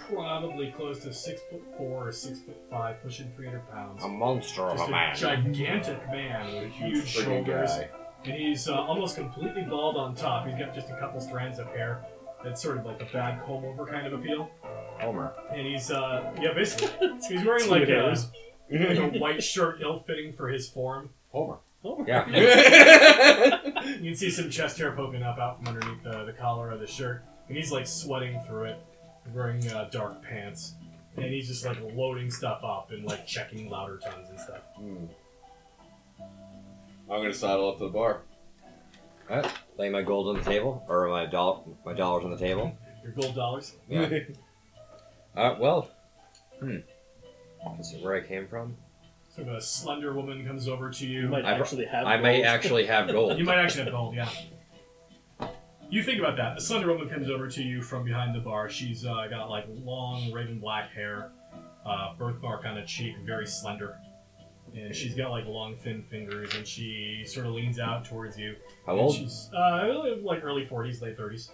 S1: probably close to six foot four or six foot five, pushing 300 pounds.
S7: A monster of
S1: Just
S7: a man.
S1: gigantic man with huge
S2: Friggin'
S1: shoulders,
S2: guy.
S1: and he's uh, almost completely bald on top. He's got just a couple strands of hair that's sort of like a bad comb over kind of appeal.
S7: Homer.
S1: And he's uh, yeah, basically he's wearing like a,
S5: Tomatoes.
S1: like a white shirt, ill-fitting for his form.
S2: Homer.
S5: Oh,
S7: Yeah.
S1: You can see some chest hair poking up out from underneath the, the collar of the shirt, and he's like sweating through it, wearing uh, dark pants, and he's just like loading stuff up and like checking louder tons and stuff.
S2: Hmm. I'm gonna sidle up to the bar.
S7: Lay my gold on the table, or my dollar, my dollars on the table.
S1: Your gold dollars.
S7: Yeah. Uh, well, hmm. Is it where I came from?
S1: Sort of a slender woman comes over to you.
S5: You might
S7: I br-
S5: actually have.
S7: I may
S5: gold.
S7: actually have gold.
S1: You might actually have gold, yeah. You think about that. A slender woman comes over to you from behind the bar. She's uh, got like long raven black hair, uh, birthmark on a cheek, very slender. And she's got like long thin fingers, and she sort of leans out towards you.
S7: How
S1: And
S7: old?
S1: She's uh, like early 40s, late 30s.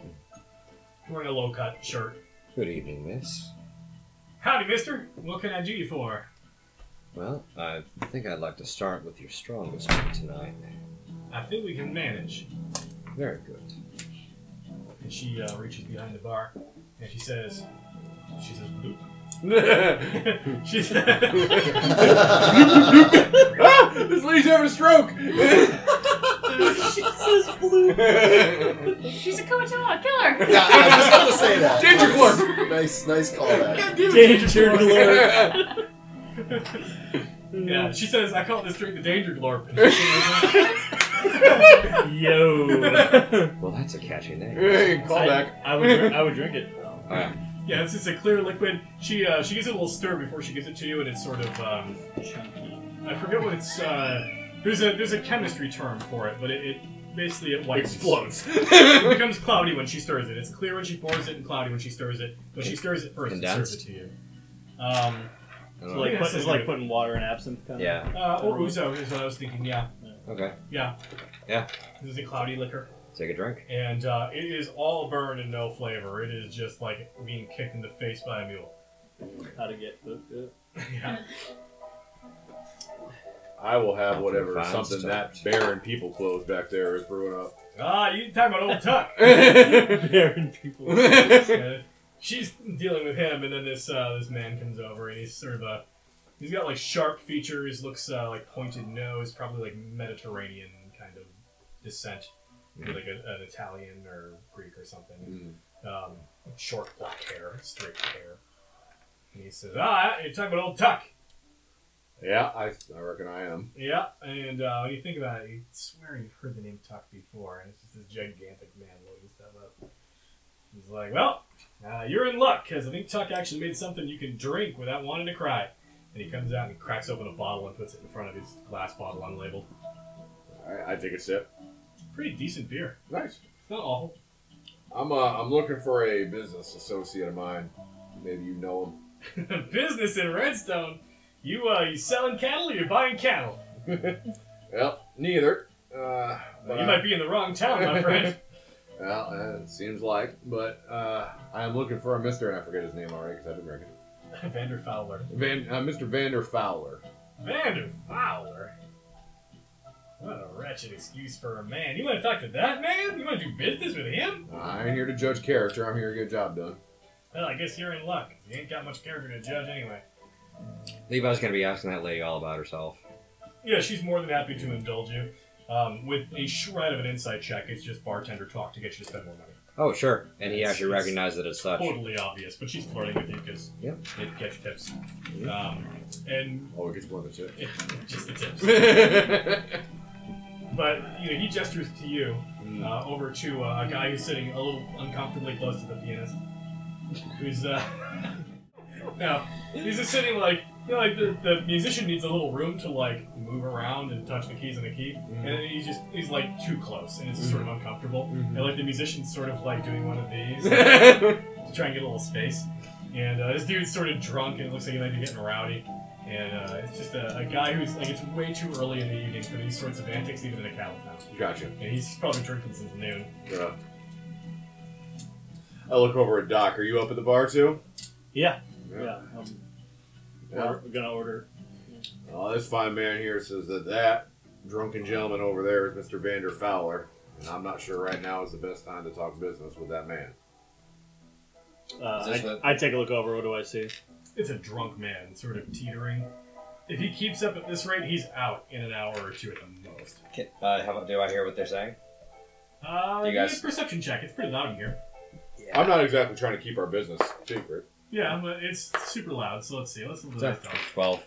S1: Wearing a low cut shirt.
S7: Good evening, miss.
S1: Howdy, mister. What can I do you for?
S7: Well, I think I'd like to start with your strongest one tonight.
S1: I think we can manage.
S7: Very good.
S1: And she uh, reaches behind the bar, and she says, she says, "Bloop." she says,
S2: ah, this lady's having a stroke.
S5: She says blue.
S2: Ginger
S4: She's a Koatoa, kill her!
S6: yeah, I was just going to say that.
S2: Glorp.
S6: Nice, nice callback.
S5: Danger glory.
S1: Yeah, she says, I call this drink the danger glorp.
S5: Yo.
S7: Well, that's a catchy name.
S2: Callback.
S5: I, I would. Drink, I would drink it.
S1: yeah, it's, it's a clear liquid. She uh, she gives it a little stir before she gives it to you, and it's sort of um,
S5: Chunky.
S1: I forget what it's. Uh, there's a there's a chemistry term for it, but it, it basically it whitens.
S2: Explodes.
S1: It becomes cloudy when she stirs it. It's clear when she pours it, and cloudy when she stirs it. But she stirs it first and serves it to you. Um,
S7: I
S5: It's
S7: don't know.
S5: like, put, it's like putting water in absinthe. Kind
S7: Yeah.
S1: uh, or ouzo is what I was thinking. Yeah,
S7: Okay.
S1: yeah,
S7: Yeah.
S1: This is a cloudy liquor.
S7: Take a drink.
S1: and uh, it is all burn and no flavor. It is just like being kicked in the face by a mule.
S5: Of. How to get hooked up.
S1: yeah.
S2: I will have whatever
S7: Fine
S2: something
S7: stuff.
S2: that barren people clothes back there is brewing up.
S1: Ah, you talking about old Tuck?
S5: Baron people.
S1: Uh, she's dealing with him, and then this uh, this man comes over, and he's sort of a he's got like sharp features, looks uh, like pointed nose, probably like Mediterranean kind of descent, maybe like a, an Italian or Greek or something.
S2: Mm.
S1: um, short black hair, straight hair. And he says, "Ah, you're talking about old Tuck."
S2: yeah, I, I reckon I am.
S1: Yeah, and uh, when you think about it, you swear you've heard the name Tuck before, and it's just this gigantic man loading stuff up. He's like, "Well, uh, you're in luck, because I think Tuck actually made something you can drink without wanting to cry." And he comes out and cracks open a bottle and puts it in front of his glass bottle unlabeled.
S2: I, I take a sip.
S1: Pretty decent beer.
S2: Nice.
S1: It's not awful.
S2: I'm uh, I'm looking for a business associate of mine. Maybe you know
S1: Business in Redstone. You uh, you selling cattle? or You buying cattle?
S2: him. well, neither. Uh, but
S1: you
S2: I-
S1: might be in the wrong town, my friend.
S2: Well, uh, it seems like, but uh, I'm looking for a Mister, and I forget his name already because I've been drinking.
S1: Vander Fowler.
S2: Van, uh, Mister Vander Fowler.
S1: Vander Fowler. What a wretched excuse for a man. You want to talk to that man? You want to do business with him?
S2: I ain't here to judge character. I'm here to get a job done.
S1: Well, I guess you're in luck. You ain't got much character to judge anyway.
S7: Levi's gonna be asking that lady all about herself.
S1: Yeah, she's more than happy to indulge you. Um, with a shred of an insight check, it's just bartender talk to get you to spend more money.
S7: Oh, sure. And he
S1: It's-
S7: actually
S1: it's
S7: recognized it as such.
S1: Totally obvious, but she's flirting with you because
S7: Yep.
S1: it gets tips. Um, and
S2: Oh, it gets more than shit.
S1: just the tips.
S2: mm.
S1: But you know, he gestures to you uh, over to uh, a guy who's sitting a little uncomfortably close to the pianist, who's uh, no, he's just sitting like you know, like the, the musician needs a little room to like move around and touch the keys on the key, and then he's just he's like too close, and it's just sort of uncomfortable, and
S2: Mhm.
S1: like the musician's sort of like doing one of these to try and get a little space. And uh, this dude's sort of drunk and it looks like he might be getting rowdy. And uh, it's just a, a guy who's like, it's way too early in the evening for these sorts of antics, even in a cattle town.
S2: gotcha.
S1: And he's probably drinking since noon.
S2: Yeah. I look over at Doc. Are you up at the bar too?
S5: Yeah. Yeah. Um,
S2: Yeah.
S5: We're gonna order.
S2: Oh, this fine man here says that that drunken gentleman over there is Mister Vander Fowler, and I'm not sure right now is the best time to talk business with that man.
S5: Uh,
S7: Is this
S5: I,
S7: what-
S5: I take a look over. What do I see?
S1: It's a drunk man, sort of teetering. If he keeps up at this rate, he's out in an hour or two at the most.
S7: Ki- Uh, how about, do I hear what they're saying?
S1: Uh,
S7: You
S1: give me a
S7: guys-
S1: perception check. It's pretty loud in here.
S7: Yeah.
S2: I'm not exactly trying to keep our business secret.
S1: Yeah, but it's super loud, so let's see. Let's look at this dog.
S7: Twelve.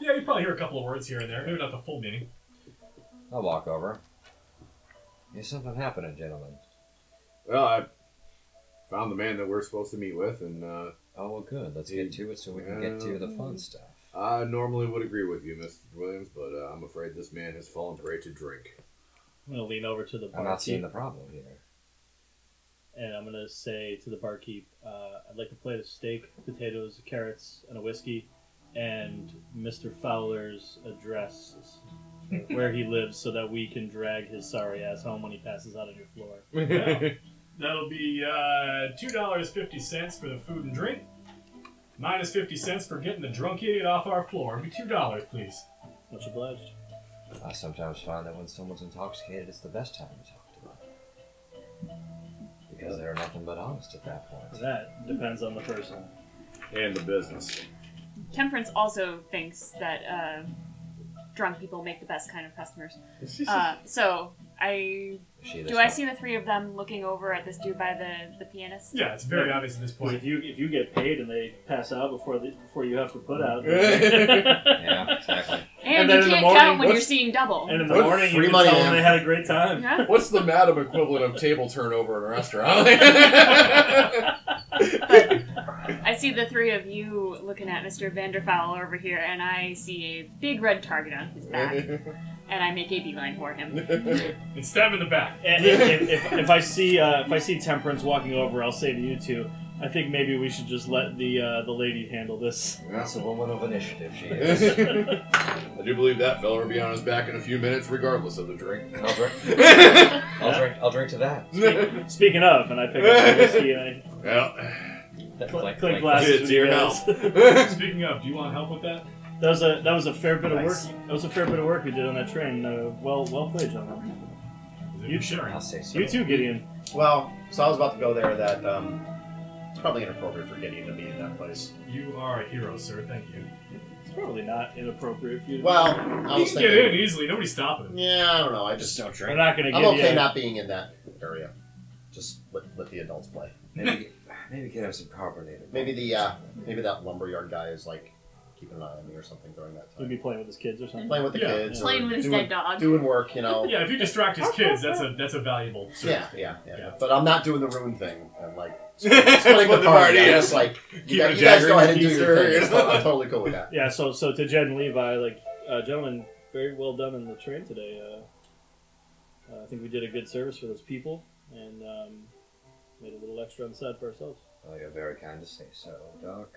S1: Yeah, you probably hear a couple of words here and there. Maybe not the full meaning.
S7: I'll walk over. There's something happening, gentlemen.
S2: Well, I found the man that we're supposed to meet with, and uh,
S7: Oh, well, good. Let's get to it so we can get to the fun stuff.
S2: I normally would agree with you, Mr. Williams, but uh, I'm afraid this man has fallen prey to drink.
S5: I'm gonna lean over to the
S7: I'm not seeing
S5: barkeep
S7: the problem here.
S5: and I'm gonna say to the barkeep, uh, "I'd like to plate of steak, potatoes, carrots, and a whiskey, and Mr. Fowler's address, where he lives, so that we can drag his sorry ass home when he passes out on your floor."
S1: Yeah. That'll be uh, two dollars fifty cents for the food and drink, minus fifty cents for getting the drunk idiot off our floor. It'll be two dollars, please.
S5: Much obliged.
S7: I sometimes find that when someone's intoxicated, it's the best time to talk to them. Because they're nothing but honest at that point.
S5: That depends on the person.
S2: and the business.
S4: Temperance also thinks that uh, drunk people make the best kind of customers. Uh, so I
S7: Is she this
S4: do I
S7: one?
S4: see the three of them looking over at this dude by the the pianist.
S1: Yeah, it's very obvious at this
S5: Because
S1: point.
S5: if you if you get paid and they pass out before the, before you have to put out,
S7: Yeah, exactly.
S4: And,
S5: And then
S4: you
S5: in the
S4: can't
S5: morning,
S4: count when you're
S2: what's-
S4: seeing double.
S5: and in the
S2: What
S5: morning you
S6: free
S5: can
S6: money,
S5: tell them
S6: man.
S5: they had a great time.
S4: Yeah.
S2: What's the madam equivalent of table turnover in a restaurant?
S4: I see the three of you looking at Mr. Vanderfowl over here, and I see a big red target on his
S5: Uh-huh.
S4: back, and I make a beeline for him.
S1: And stab in the back.
S5: And if, if, if, if I see uh, if I see Temperance walking over, I'll say to you two, I think maybe we should just let the uh, the lady handle this.
S7: That's a woman of initiative, she is.
S2: I do believe that fella will be on his back in a few minutes, regardless of the drink.
S7: I'll drink, I'll drink, I'll drink to that.
S2: well,
S5: Speaking of, and I pick up the whiskey and I
S7: That-
S5: cl-
S7: like-
S5: clink
S7: like-
S5: glasses.
S2: it's
S5: with
S2: here
S5: the
S2: now.
S5: others.
S1: Speaking of, do you want help with that?
S5: that was a that was a fair bit of
S7: Nice.
S5: work. That was a fair bit of work we did on that train. Uh, well well played, gentlemen.
S1: You sharing?
S7: I'll say so.
S5: You too, Gideon.
S6: Well, so I was about to go there. That um, it's probably inappropriate for Gideon to be in that place.
S1: You are a hero, sir. Thank you.
S5: It's probably not inappropriate for you. To
S6: Well, I
S1: You
S6: was
S1: can get in
S6: thinking.
S1: easily. Nobody's stopping him.
S6: Yeah, I don't know. I
S7: Just
S6: just
S7: don't
S5: we're
S7: drink.
S5: not going to give
S6: I'm okay
S5: you.
S6: not being in that area. Just let, let the adults play.
S7: Maybe, get- maybe get him some carbonated.
S6: Maybe the uh, maybe that lumberyard guy is like keeping an eye on me or something during that
S5: He'll
S6: time.
S5: be playing with his kids or something.
S6: Playing with the
S1: Yeah.
S6: kids, or
S4: Playing with his
S6: doing,
S4: dead dog.
S6: doing work, you know.
S1: Yeah, if you distract his kids, that's a that's a valuable.
S6: Yeah,
S1: Service.
S6: yeah, yeah,
S1: Yeah.
S6: But I'm not doing the ruin thing and like
S2: Split
S6: splitting the party. I'm
S2: yes.
S6: just like
S2: Keep
S6: you,
S2: it a
S6: guys, you guys
S2: Jagger
S6: go ahead
S2: and
S6: and do
S2: keep
S6: your
S2: stirring it
S6: thing. It's cool. I'm
S2: up.
S6: totally cool with that.
S5: Yeah. So so to Jed and Levi, like uh, gentlemen, very well done on the train today. Uh, Uh, I think we did a good service for those people and um, made a little extra on the side for ourselves.
S7: Oh, you're very kind to say so, Doc.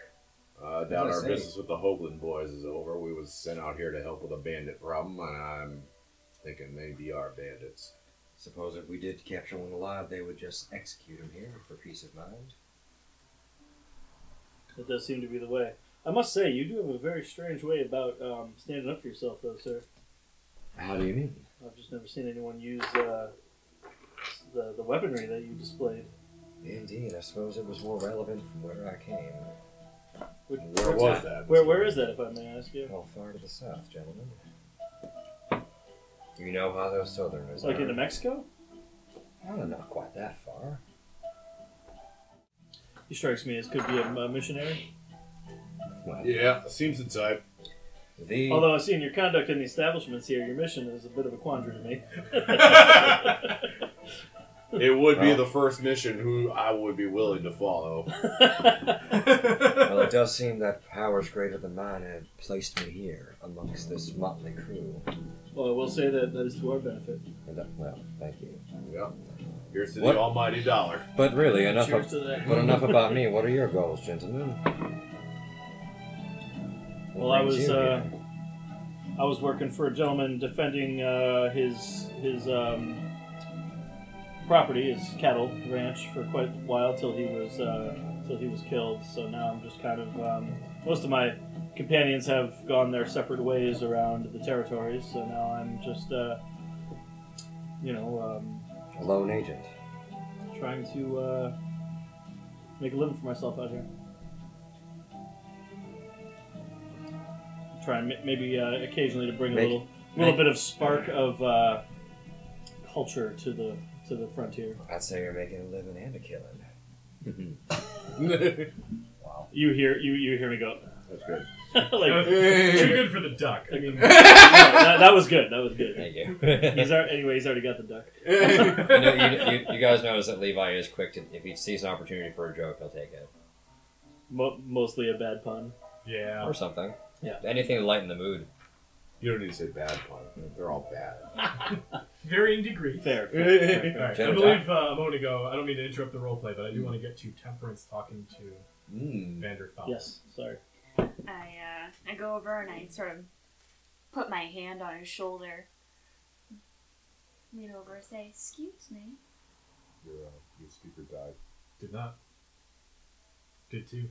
S2: Uh, down
S7: I
S2: our
S7: say?
S2: business with the Hoagland boys is over. We was sent out here to help with a bandit problem, and I'm thinking they be our bandits.
S7: Suppose if we did capture one alive, they would just execute him here for peace of mind.
S5: That does seem to be the way. I must say, you do have a very strange way about um, standing up for yourself, though, sir.
S7: How do you mean?
S5: I've just never seen anyone use uh, the, the weaponry that you displayed.
S7: Indeed, I suppose it was more relevant from where I came.
S5: Which,
S2: Where
S5: what's
S2: was
S5: that?
S2: that?
S5: Where, where is that, if I may ask you?
S7: Well, Oh, far to the south, gentlemen. You know how those southerners
S5: Like
S7: are.
S5: into Mexico?
S7: Well, not quite that far.
S5: He strikes me as could be a, a missionary.
S7: Well,
S2: Yeah, seems the type.
S7: the
S5: Although I've seen your conduct in the establishments here, your mission is a bit of a quandary to me.
S2: It would be
S7: Well.
S2: the first mission who I would be willing to follow.
S7: well, it does seem that powers greater than mine have placed me here amongst this motley crew.
S5: well, I will say that that is to our benefit.
S7: And, uh, well, thank you.
S2: Yep. Here's to
S7: What?
S2: the almighty dollar.
S7: But really, enough.
S5: Cheers
S7: Of,
S5: to that.
S7: but enough about me. What are your goals, gentlemen? What
S5: Well, I
S7: brings
S5: was,
S7: you
S5: uh,
S7: here?
S5: I was working for a gentleman defending uh, his his um, property, his cattle ranch, for quite a while till he was uh, till he was killed. So now I'm just kind of um, most of my companions have gone their separate ways around the territories. So now I'm just uh, you know um,
S1: uh,
S7: a lone agent.
S5: trying to uh, make a living for myself out here. Try and ma- maybe uh, occasionally to bring a
S7: Make-
S5: little little
S7: make-
S5: bit of spark of uh, culture to the to the frontier.
S7: I'd say you're making a living and a killing. wow.
S5: You hear you you hear me go
S2: That's good.
S5: like no,
S1: Too good for the duck. I mean,
S5: that, that was good that was good.
S7: Thank you.
S5: He's alre anyway he's already got the duck.
S7: you, know, you, you, you guys notice that Levi is quick to if he sees an opportunity for a joke, he'll take it
S5: Mo- mostly a bad pun.
S1: Oh. yeah.
S7: or something.
S5: Yeah.
S7: Anything to lighten the mood.
S2: You don't need to say bad pun. They're all bad.
S1: Varying degrees.
S5: Fair. fair, fair, fair.
S1: All right. I
S7: Jenna,
S1: believe uh, a moment ago, I don't mean to interrupt the role play, but I do want to get to Temperance talking to
S2: Mm.
S1: Vanderfell.
S5: Yes. Sorry.
S4: I uh, I go over and I sort of put my hand on his shoulder, lean over and say, "Excuse me."
S2: Your, uh, your speaker died.
S1: Did not. Did too.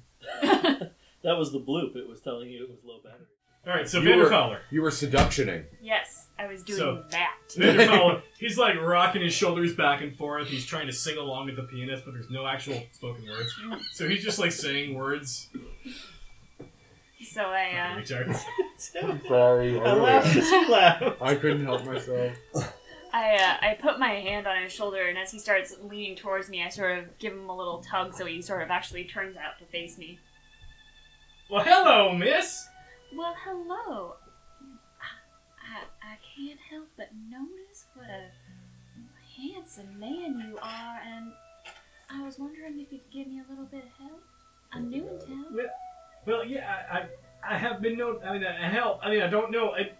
S5: That was the bloop. It was telling you it was low battery.
S1: All right, so
S2: You were-
S1: Vanderfowler.
S2: You were seductioning.
S4: Yes, I was doing
S1: So-
S4: that.
S1: Vanderfowler, he's like rocking his shoulders back and forth. He's trying to sing along with the pianist, but there's no actual spoken words. So he's just like saying words.
S4: So I uh,
S1: Retards.
S2: Sorry.
S5: I laughed as you laughed.
S2: I couldn't help myself.
S4: I uh, I put my hand on his shoulder, and as he starts leaning towards me, I sort of give him a little tug, so he sort of actually turns out to face me.
S1: well, hello, miss.
S4: Well, hello. I, I can't help but notice what a handsome man you are, and I was wondering if you could give me a little bit of help. I'm new in town.
S1: Well, yeah, I, I, I have been known. I mean, I help. I mean, I don't know. I,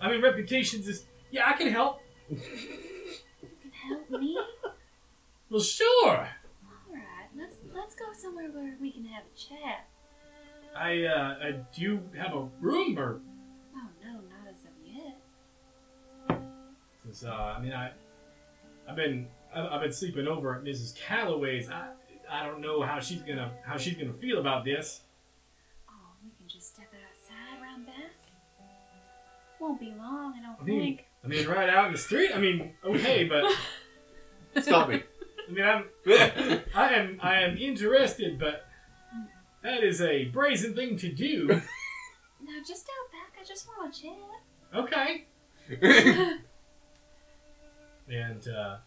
S1: I mean, reputations is. Yeah, I can help.
S4: You can help me.
S1: Well, sure.
S4: All right, let's let's go somewhere where we can have a chat.
S1: I, uh, I do you have a room or?
S4: Oh no, not as of yet.
S1: Since, uh, I mean, I, I've been, I- I've been sleeping over at Mrs. Calloway's. I, I don't know how she's gonna, how she's gonna feel about this.
S4: Oh, we can just step outside round back. Won't be long, I don't
S1: I mean,
S4: think.
S1: I mean, right out in the street. I mean, okay, but
S2: Stop me.
S1: I mean, I'm, I am, I am interested, but that is a brazen thing to do.
S4: No, just out back. I just want to chat.
S1: Okay. and uh,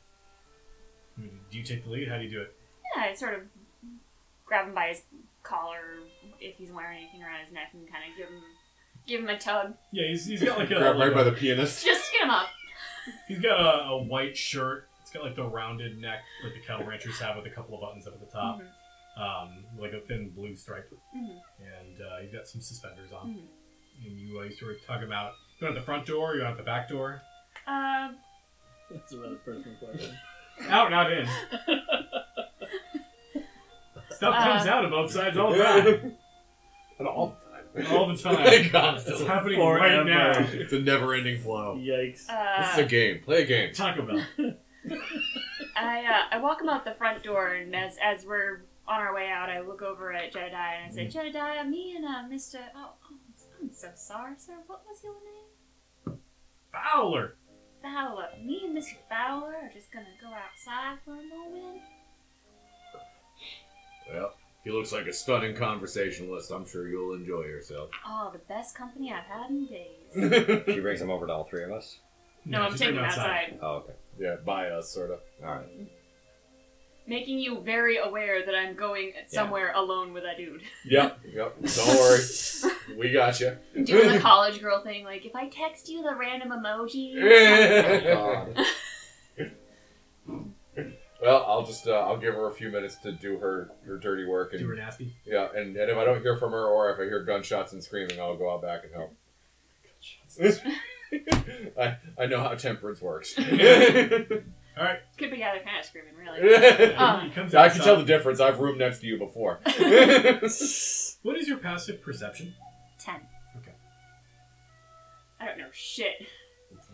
S1: hmm, do you take the lead? How do you do it?
S4: Yeah, I sort of grab him by his collar if he's wearing anything around his neck and kind of give him give him a tug.
S1: Yeah, he's, he's got like a,
S2: Grabbed
S1: like
S2: right by
S1: a-
S2: the pianist.
S4: Just get him up.
S1: he's got a, a white shirt. It's got like the rounded neck like the cattle ranchers have with a couple of buttons up at the top,
S4: Mhm.
S1: um, like a thin blue stripe,
S4: Mhm.
S1: and uh, he's got some suspenders on.
S4: Mm-hmm.
S1: And you uh, you sort of tug him out. You want at the front door? You want at the back door?
S4: Um,
S5: That's about as personal question.
S1: Out, not in. Stuff
S4: Uh,
S1: comes out of both sides all the time.
S2: And all the time.
S1: All the time. It's
S2: Constantly.
S1: happening
S5: Or
S1: right now.
S5: Empire.
S2: It's a never ending flow.
S5: Yikes.
S2: This
S4: Uh,
S2: is a game. Play a game.
S1: Taco Bell.
S4: I uh, I walk him out the front door, and as as we're on our way out, I look over at Jedediah and I
S2: Mm-hmm.
S4: say, Jedediah, me and uh, Mister. Oh, oh, I'm so sorry, sir. What was your name?
S1: Fowler.
S4: Fowler. Me and Mister Fowler are just gonna go outside for a moment.
S2: Well, he looks like a stunning conversationalist. I'm sure you'll enjoy yourself.
S4: Oh, the best company I've had in days.
S2: yeah,
S7: She brings them over to all three of us.
S4: No, I'm
S1: just
S4: taking
S1: bring
S4: him
S1: it
S4: outside,
S7: Oh, okay.
S2: by us, sort of.
S7: All right.
S4: making you very aware that I'm going somewhere alone with that dude.
S2: Yep, yep. Don't worry. We got you.
S4: Doing the college girl thing, like if I text you the random emoji.
S2: well, I'll just uh, I'll give her a few minutes to do her her dirty work
S1: Do her
S2: and
S1: nasty.
S2: yeah, and, and if I don't hear from her or if I hear gunshots and screaming, I'll go out back and help. I I know how temperance works. I
S1: All right.
S4: Could be either kind of screaming, really.
S2: can
S4: Uh,
S1: he comes outside.
S2: tell the difference. I've roomed next to you before.
S1: What is your passive perception?
S4: Ten.
S1: Okay.
S4: I don't know shit.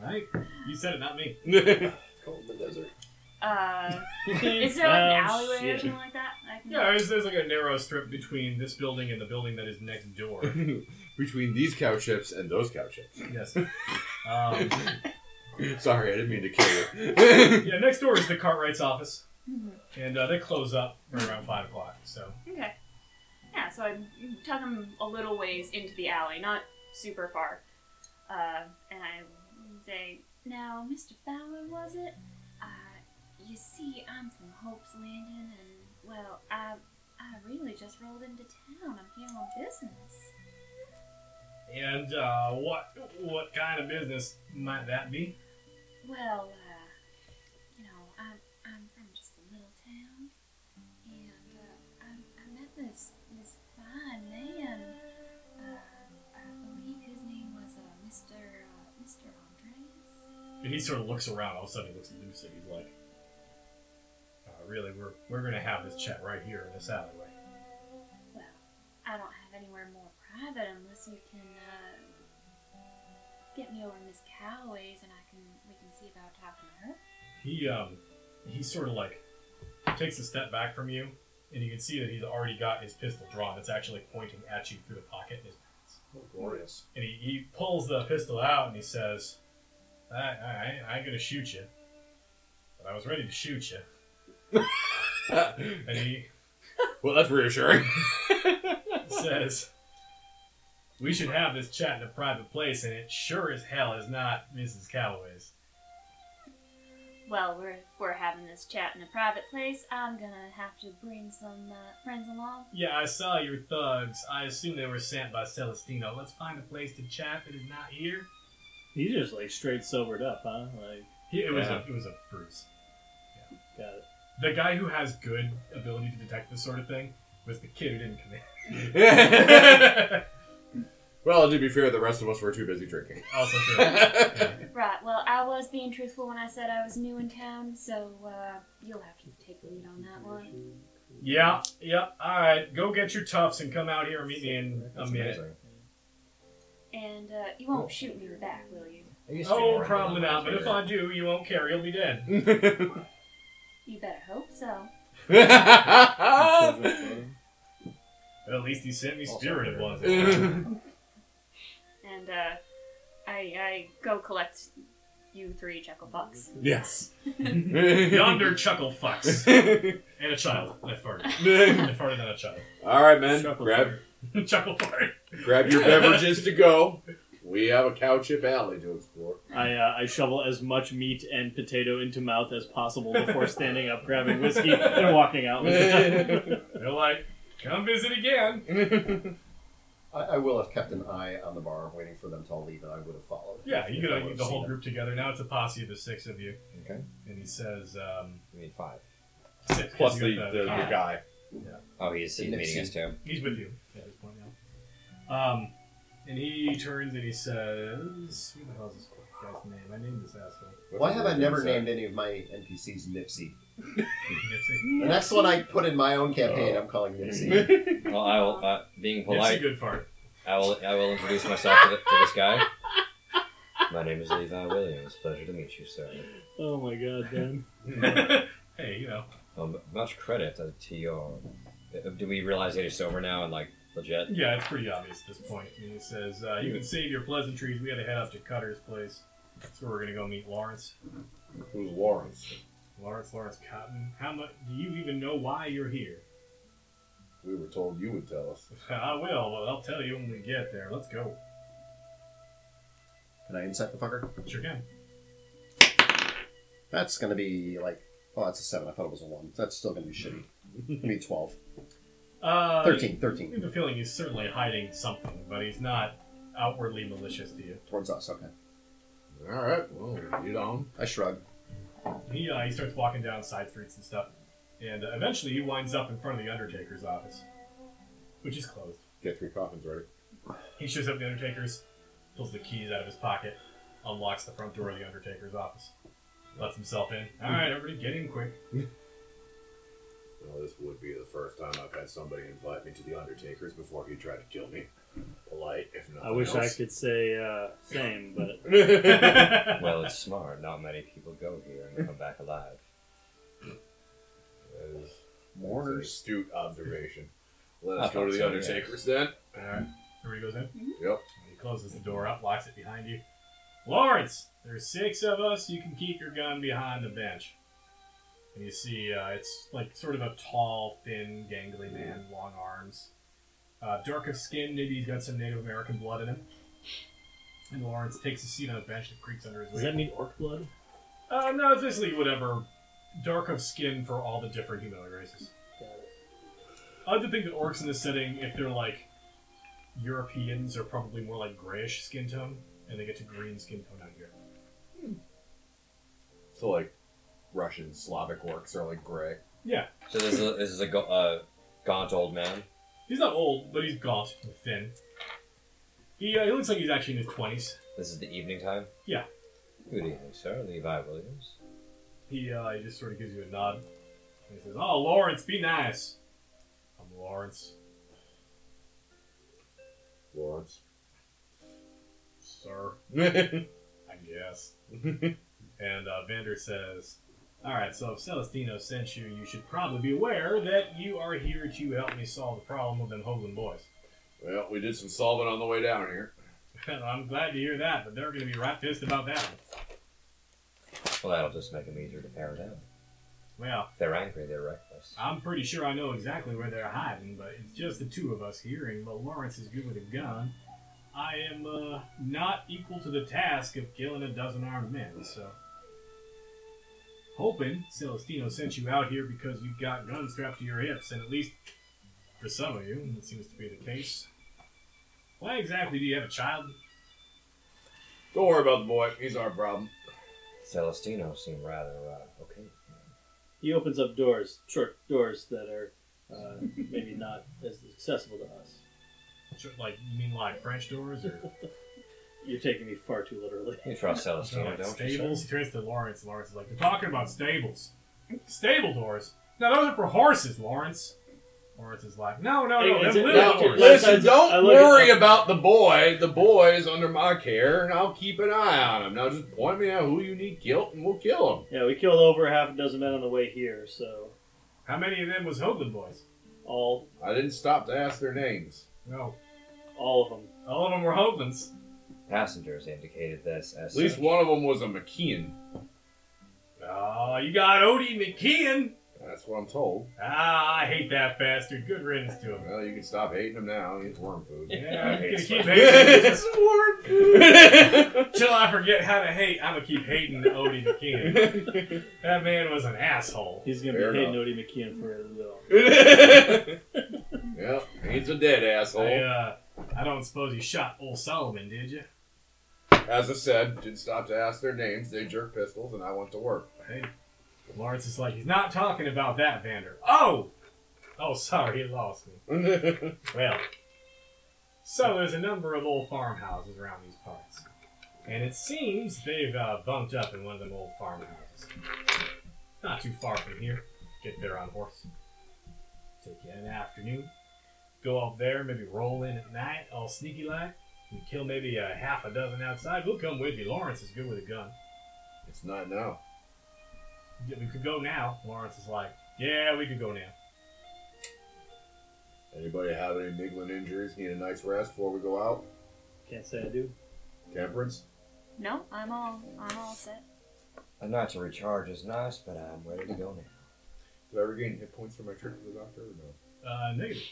S1: All right. You said it, not me.
S6: Cold in the desert.
S4: Uh, is there like
S5: Oh,
S4: an alleyway or something like that? I can...
S1: Yeah, there's, there's like a narrow strip between this building and the building that is next door.
S2: Between these cow chips and those cow chips.
S1: yes. Um,
S2: Sorry, I didn't mean to kill you.
S1: yeah, next door is the Cartwright's office,
S4: Mhm.
S1: and uh, they close up right around five o'clock. So
S4: Okay. Yeah, so I tuck him a little ways into the alley, not super far. Uh, and I say, Now, Mr. Fowler, was it? Uh, you see, I'm from Hope's Landing, and, well, I, I really just rolled into town. I'm here on business.
S1: And uh, what what kind of business might that be?
S4: Well, uh, you know, I'm, I'm from just a little town, and uh, I, I met this this fine man. Uh, I believe his name was uh, Mr. Uh, Mr. Andres.
S1: And he sort of looks around. All of a sudden, he looks at Lucy. He's like, uh, "Really, we're we're gonna have this chat right here in this alleyway."
S4: Well, I don't have anywhere more private unless you can uh, get me over to Miss Calloway's, and I can we can see about talking to her.
S1: He um he sort of like takes a step back from you, and you can see that he's already got his pistol drawn. It's actually pointing at you through the pocket in his pants.
S2: Glorious.
S1: And he, he pulls the pistol out and he says, I, I, I ain't gonna shoot you, but I was ready to shoot you." And he
S2: Well, that's reassuring.
S1: says, "We should have this chat in a private place, and it sure as hell is not Mrs. Calloway's."
S4: Well, we're, we're having this chat in a private place. I'm gonna have to bring some uh, friends along.
S1: Yeah, I saw your thugs. I assume they were sent by Celestino. Let's find a place to chat that is not here.
S5: He's just like straight sobered up, huh? Like,
S1: He, it was
S5: Yeah.
S1: a it was a bruise.
S5: got it.
S1: The guy who has good ability to detect this sort of thing was the kid who didn't come in.
S2: well, to be fair, the rest of us were too busy drinking.
S1: also true.
S2: All
S4: Right. Well, I was being truthful when I said I was new in town, so uh, you'll have to take the lead on that one.
S1: Yeah, yeah. All right, go get your tufts and come out here and meet me in a minute.
S4: And uh, you won't shoot me in the back, will you?
S1: Oh, probably not. But if I do, you won't care. You'll be dead.
S3: Mm.
S4: You better hope so.
S1: At least he sent me
S3: Also
S1: spirited
S3: true.
S1: ones.
S4: And uh, I, I go collect you three chuckle bucks.
S2: yes.
S1: Yonder chuckle fucks and a child. I farted. I farted on a child.
S2: All right, man.
S5: Shuffle
S2: grab
S1: chuckle fart.
S2: grab your beverages to go. We have a cow chip alley to explore.
S5: I, uh, I shovel as much meat and potato into mouth as possible before standing up, grabbing whiskey, and walking out with it.
S1: They're like, come visit again.
S6: Um, I, I will have kept an eye on the bar, waiting for them to all leave, and I would have followed.
S1: Yeah, you
S6: If I
S1: get
S6: would
S1: a-
S6: have
S1: the
S6: seen
S1: whole
S6: them.
S1: group together. Now it's a posse of the six of you.
S7: Okay.
S1: And he says, um,
S7: We need five.
S1: six,
S2: Plus the,
S1: he's
S2: the,
S1: with
S2: the
S1: yeah.
S2: guy.
S7: Oh, he's, he's meeting us too.
S1: He's with you. Yeah, he's pointing out. Um, and he turns and he says, who the hell is this? guy's name? I named this asshole.
S6: Why have I never named
S2: it?
S6: any of my NPCs Nipsey?
S1: Nipsey.
S6: The next one I put in my own campaign, I'm calling Nipsey.
S7: Well, I will, uh, being
S1: Nipsey
S7: polite,
S1: good fart.
S7: I will, I will introduce myself to, th- to this guy. My name is Levi Williams. Pleasure to meet you, sir.
S5: Oh my god, Dan.
S1: hey, you know.
S7: Um, much credit to your. uh, Do we realize that he's sober now and like legit?
S1: Yeah, it's pretty obvious at this point. I mean, He says, uh, "You can save your pleasantries. We got to head up to Cutter's place. That's where we're gonna go meet Lawrence.
S2: Who's Lawrence?
S1: Lawrence, Lawrence Cotton. How much do you even know why you're here?
S2: We were told you would tell us.
S1: I will. Well, I'll tell you when we get there. Let's go.
S6: Can I insight the fucker?
S1: Sure can.
S6: That's gonna be like, oh, that's a seven. I thought it was a one. That's still gonna be shitty. I mean, 12.
S1: Uh,
S6: 13,
S1: You have
S6: 13.
S1: the feeling he's certainly hiding something, but he's not outwardly malicious to you.
S6: Towards us, okay.
S2: All right, well, you on.
S6: I shrug.
S1: He uh, he starts walking down side streets and stuff, and uh, eventually he winds up in front of the Undertaker's office, which is closed.
S2: Get three coffins ready.
S1: He shows up at the Undertaker's, pulls the keys out of his pocket, unlocks the front door of the Undertaker's office, lets himself in. All right, everybody, get in quick.
S2: Well, this would be the first time I've had somebody invite me to the Undertaker's before he tried to kill me. Polite, if not.
S5: I wish I could say uh, same, but
S1: well,
S7: Well, it's smart. Not many people go here and come back alive.
S2: An
S6: Mourners.
S2: astute observation. Let
S7: I
S2: us go to
S7: thought
S2: the
S7: so,
S2: Undertaker's
S1: all right, everybody goes in.
S2: then. Yep.
S1: He closes the door up, locks it behind you. Lawrence, there's six of us. You can keep your gun behind the bench. And you see, uh, it's like sort of a tall, thin, gangly man, long arms, uh, dark of skin. Maybe he's got some Native American blood in him. And Lawrence takes a seat on a bench that creaks under his weight.
S5: does that mean orc blood?
S1: Uh, no, it's basically whatever. Dark of skin for all the different humanoid races. I like to think that orcs in this setting, if they're like Europeans, are probably more like grayish skin tone, and they get to green skin tone out here.
S2: So, like, Russian Slavic works are like gray.
S1: Yeah,
S7: So this is a, this is a ga- uh, gaunt old man.
S1: he's not old, but he's gaunt and thin. He, uh, he looks like he's actually in his twenties.
S7: This is the evening time.
S1: Yeah.
S7: Good evening, sir. Levi Williams.
S1: He, uh, he just sort of gives you a nod. And he says, "Oh, Lawrence, be nice." I'm Lawrence.
S2: Lawrence.
S1: Sir,
S2: That's
S1: I guess. and uh, Vander says, All right, so if Celestino sent you, you should probably be aware that you are here to help me solve the problem with them Hoagland boys.
S2: Well, we did some solving on the way down here.
S1: And I'm glad to hear that, but they're going to be right pissed about that. one.
S7: Well, that'll just make them easier to pare down.
S1: Well,
S7: If they're angry, they're reckless.
S1: I'm pretty sure I know exactly where they're hiding, but it's just the two of us here, and while Lawrence is good with a gun, I am uh, not equal to the task of killing a dozen armed men, so. Hoping Celestino sent you out here because you've got guns strapped to your hips, and at least for some of you, that seems to be the case. Why exactly do you have a child?
S2: Don't worry about the boy. He's our problem.
S7: Celestino seemed rather uh, okay.
S5: He opens up doors, short doors that are uh, maybe not as accessible to us.
S1: Sure, Like, you mean like French doors or
S5: You're taking me far too literally.
S7: You trust Celestino,
S1: like
S7: don't you?
S1: stables?
S7: Sir?
S1: He turns to Lawrence, and Lawrence is like, They're talking about stables. Stable doors? Now, those are for horses, Lawrence. Lawrence is like, No, no, no,
S5: Hey,
S1: that's
S5: is it-
S1: little
S5: no,
S1: horses.
S5: listen,
S2: Listen,
S5: I
S2: don't
S5: look at-
S2: worry about the boy. The boy is under my care, and I'll keep an eye on him. Now just point me out who you need guilt, and we'll kill him.
S5: Yeah, we killed over half a dozen men on the way here, so
S1: How many of them was Hoagland boys?
S5: all
S2: I didn't stop to ask their names.
S1: No.
S5: all of them.
S1: All of them were Hoaglands.
S7: Passengers indicated this as
S2: At least
S7: such.
S2: one of them was a McKeon.
S1: Oh, you got Odie McKeon.
S2: That's what I'm told.
S1: Ah, I hate that bastard. Good riddance to him.
S2: Well, you can stop hating him now. He's worm food.
S1: Yeah,
S2: I
S1: I'm
S2: hate
S1: gonna keep
S2: Spider-
S1: hating
S2: It's worm food.
S1: until I forget how to hate. I'm gonna keep hating Odie McKeon. That man was an asshole.
S5: He's gonna
S2: Fair
S5: be hating
S2: enough.
S5: Odie McKeon for a little.
S2: yep, he's a dead
S1: I,
S2: asshole.
S1: uh, I don't suppose you shot old Solomon, did you?
S2: As I said, didn't stop to ask their names. They jerked pistols, and I went to work.
S1: Hey, Lawrence is like, he's not talking about that, Vander. Oh! Oh, sorry, he lost me. Well, so there's a number of old farmhouses around these parts. and it seems they've uh, bunked up in one of them old farmhouses. Not too far from here. Get there on horse. Take you an afternoon. Go up there, maybe roll in at night, all sneaky like, and kill maybe a half a dozen outside. We'll come with you. Lawrence is good with a gun.
S2: It's not now.
S1: Yeah, We could go now. Lawrence is like, yeah, we could go now.
S2: Anybody have any niggling injuries? Need a nice rest before we go out?
S5: Can't say I do.
S2: Temperance?
S4: No, I'm all I'm all set.
S7: A night to recharge is nice, but I'm ready to go now.
S2: Did I regain hit points from my trip to the doctor or no?
S1: Uh, negative.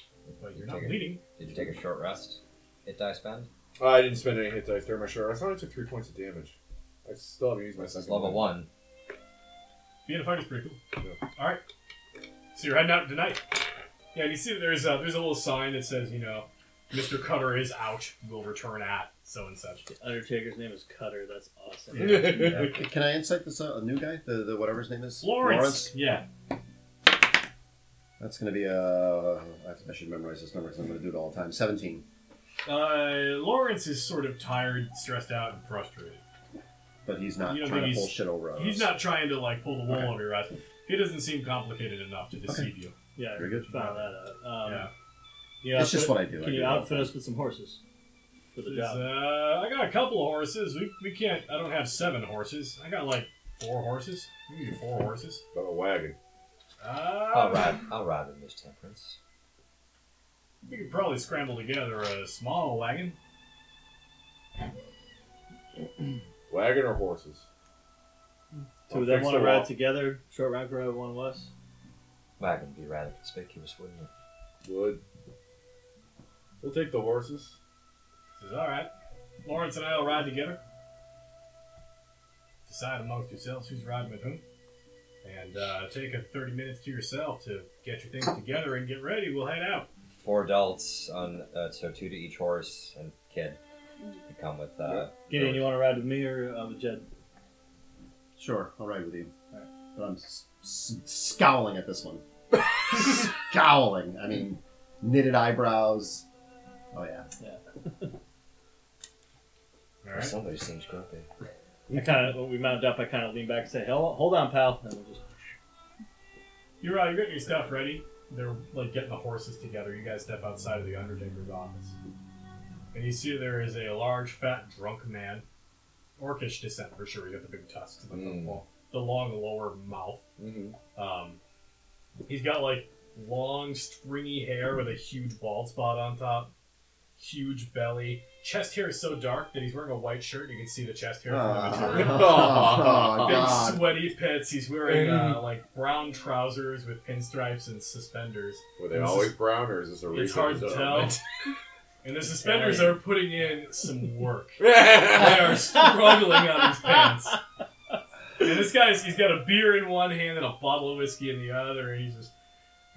S1: But you're not
S7: Take it.
S1: bleeding.
S7: Did you take a short rest? It dice bend?
S2: I didn't spend any hit dice during my short. I thought I took three points of damage. I still haven't used my
S7: It's
S2: second
S7: level
S2: one.
S7: one.
S1: Being a fighter's pretty cool.
S2: Yeah.
S1: All right. So you're heading out tonight. Yeah, and you see that there's a, there's a little sign that says, you know, Mr. Cutter is out. Will return at so and such.
S5: The Undertaker's name is Cutter. That's awesome.
S2: Yeah.
S6: Can I insight this uh, new guy? The, the whatever his name is?
S1: Lawrence. Yeah.
S6: That's going to be a. I should memorize this number because I'm going to do it all the time. 17.
S1: Uh, Lawrence is sort of tired, stressed out, and frustrated.
S6: But he's not
S1: You don't
S6: trying
S1: think
S6: to pull
S1: he's-
S6: shit over on
S1: He's
S6: us.
S1: not trying to like pull the wool
S6: Okay.
S1: over your eyes. He doesn't seem complicated enough to deceive you.
S5: Yeah,
S6: Very good.
S5: Found that out. Um,
S1: yeah.
S5: yeah,
S6: it's just
S5: but
S6: what I do. I
S5: Can
S6: do
S5: you
S6: it all the
S5: outfit
S6: time.
S5: us with some horses for the
S1: Is,
S5: job?
S1: uh, I got a couple of horses. We, we can't. I don't have seven horses. I got like four horses. We need four horses.
S2: Got a wagon.
S1: Uh,
S7: I'll ride. I'll ride with Miss Temperance.
S1: We could probably scramble together a small wagon.
S2: Wagon or horses?
S5: Two of
S2: I'll
S5: them
S2: fix
S5: want to
S2: the
S5: ride
S2: wall.
S5: together. Short round ride with one of us.
S7: Wagon would be rather conspicuous, wouldn't it?
S2: Wood. We'll take the horses.
S1: Says, all right, Lawrence and I will ride together. Decide amongst yourselves who's riding with whom, and uh, take a thirty minutes to yourself to get your things together and get ready. We'll head out.
S7: Four adults on, uh, so two to each horse and kid. To come with. Uh,
S5: Gideon, you want to ride with me or uh, with Jed?
S6: Sure, I'll ride with you.
S5: Alright.
S6: But I'm s- s- scowling at this one. scowling. I mean, knitted eyebrows. Oh, yeah.
S1: All right.
S7: Somebody seems grumpy.
S5: I kind of when we mount up. I kind of lean back and say, "Hell, hold on, pal." And we'll just
S1: You're uh, you're getting your stuff ready. They're like getting the horses together. You guys step outside of the Undertaker's office, and you see there is a large, fat, drunk man, orcish descent for sure. You got the big tusks, like
S2: Mm.
S1: the, long, the long lower mouth.
S2: Mm-hmm.
S1: Um, he's got like long, stringy hair with a huge bald spot on top, huge belly. Chest hair is so dark that he's wearing a white shirt. You can see the chest hair.
S6: Ah.
S1: from the material.
S6: Oh,
S1: Big
S6: God.
S1: sweaty pits. He's wearing uh, like brown trousers with pinstripes and suspenders.
S2: Were they
S1: This
S2: always
S1: is-
S2: brown or is this a
S1: It's hard to
S2: recent
S1: tell. And the suspenders
S5: Italian.
S1: are putting in some work. they
S2: development?
S1: are struggling on these pants. And this guy's he's got a beer in one hand and a bottle of whiskey in the other, and he's just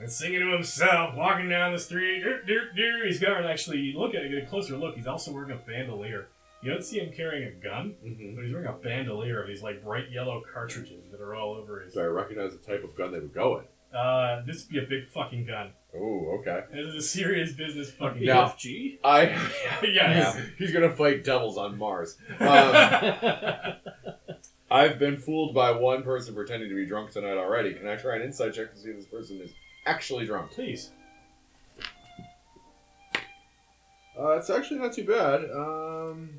S1: and singing to himself, walking down the street. Dirt, dirt, dirt. He's got actually you look at it, get a closer look. He's also wearing a bandolier. You don't see him carrying a gun,
S2: Mhm.
S1: but he's wearing a bandolier of these like bright yellow cartridges that are all over his.
S2: Do I recognize the type of gun they would go in?
S1: Uh, this would be a big fucking gun.
S2: Oh, okay.
S1: This is a serious business fucking
S2: Now-
S5: EFG.
S2: I
S1: yes.
S2: he's gonna fight devils on Mars. Um, I've been fooled by one person pretending to be drunk tonight already. Can I try an insight check to see if this person is actually drunk?
S1: Please.
S2: Uh, it's actually not too bad. Um,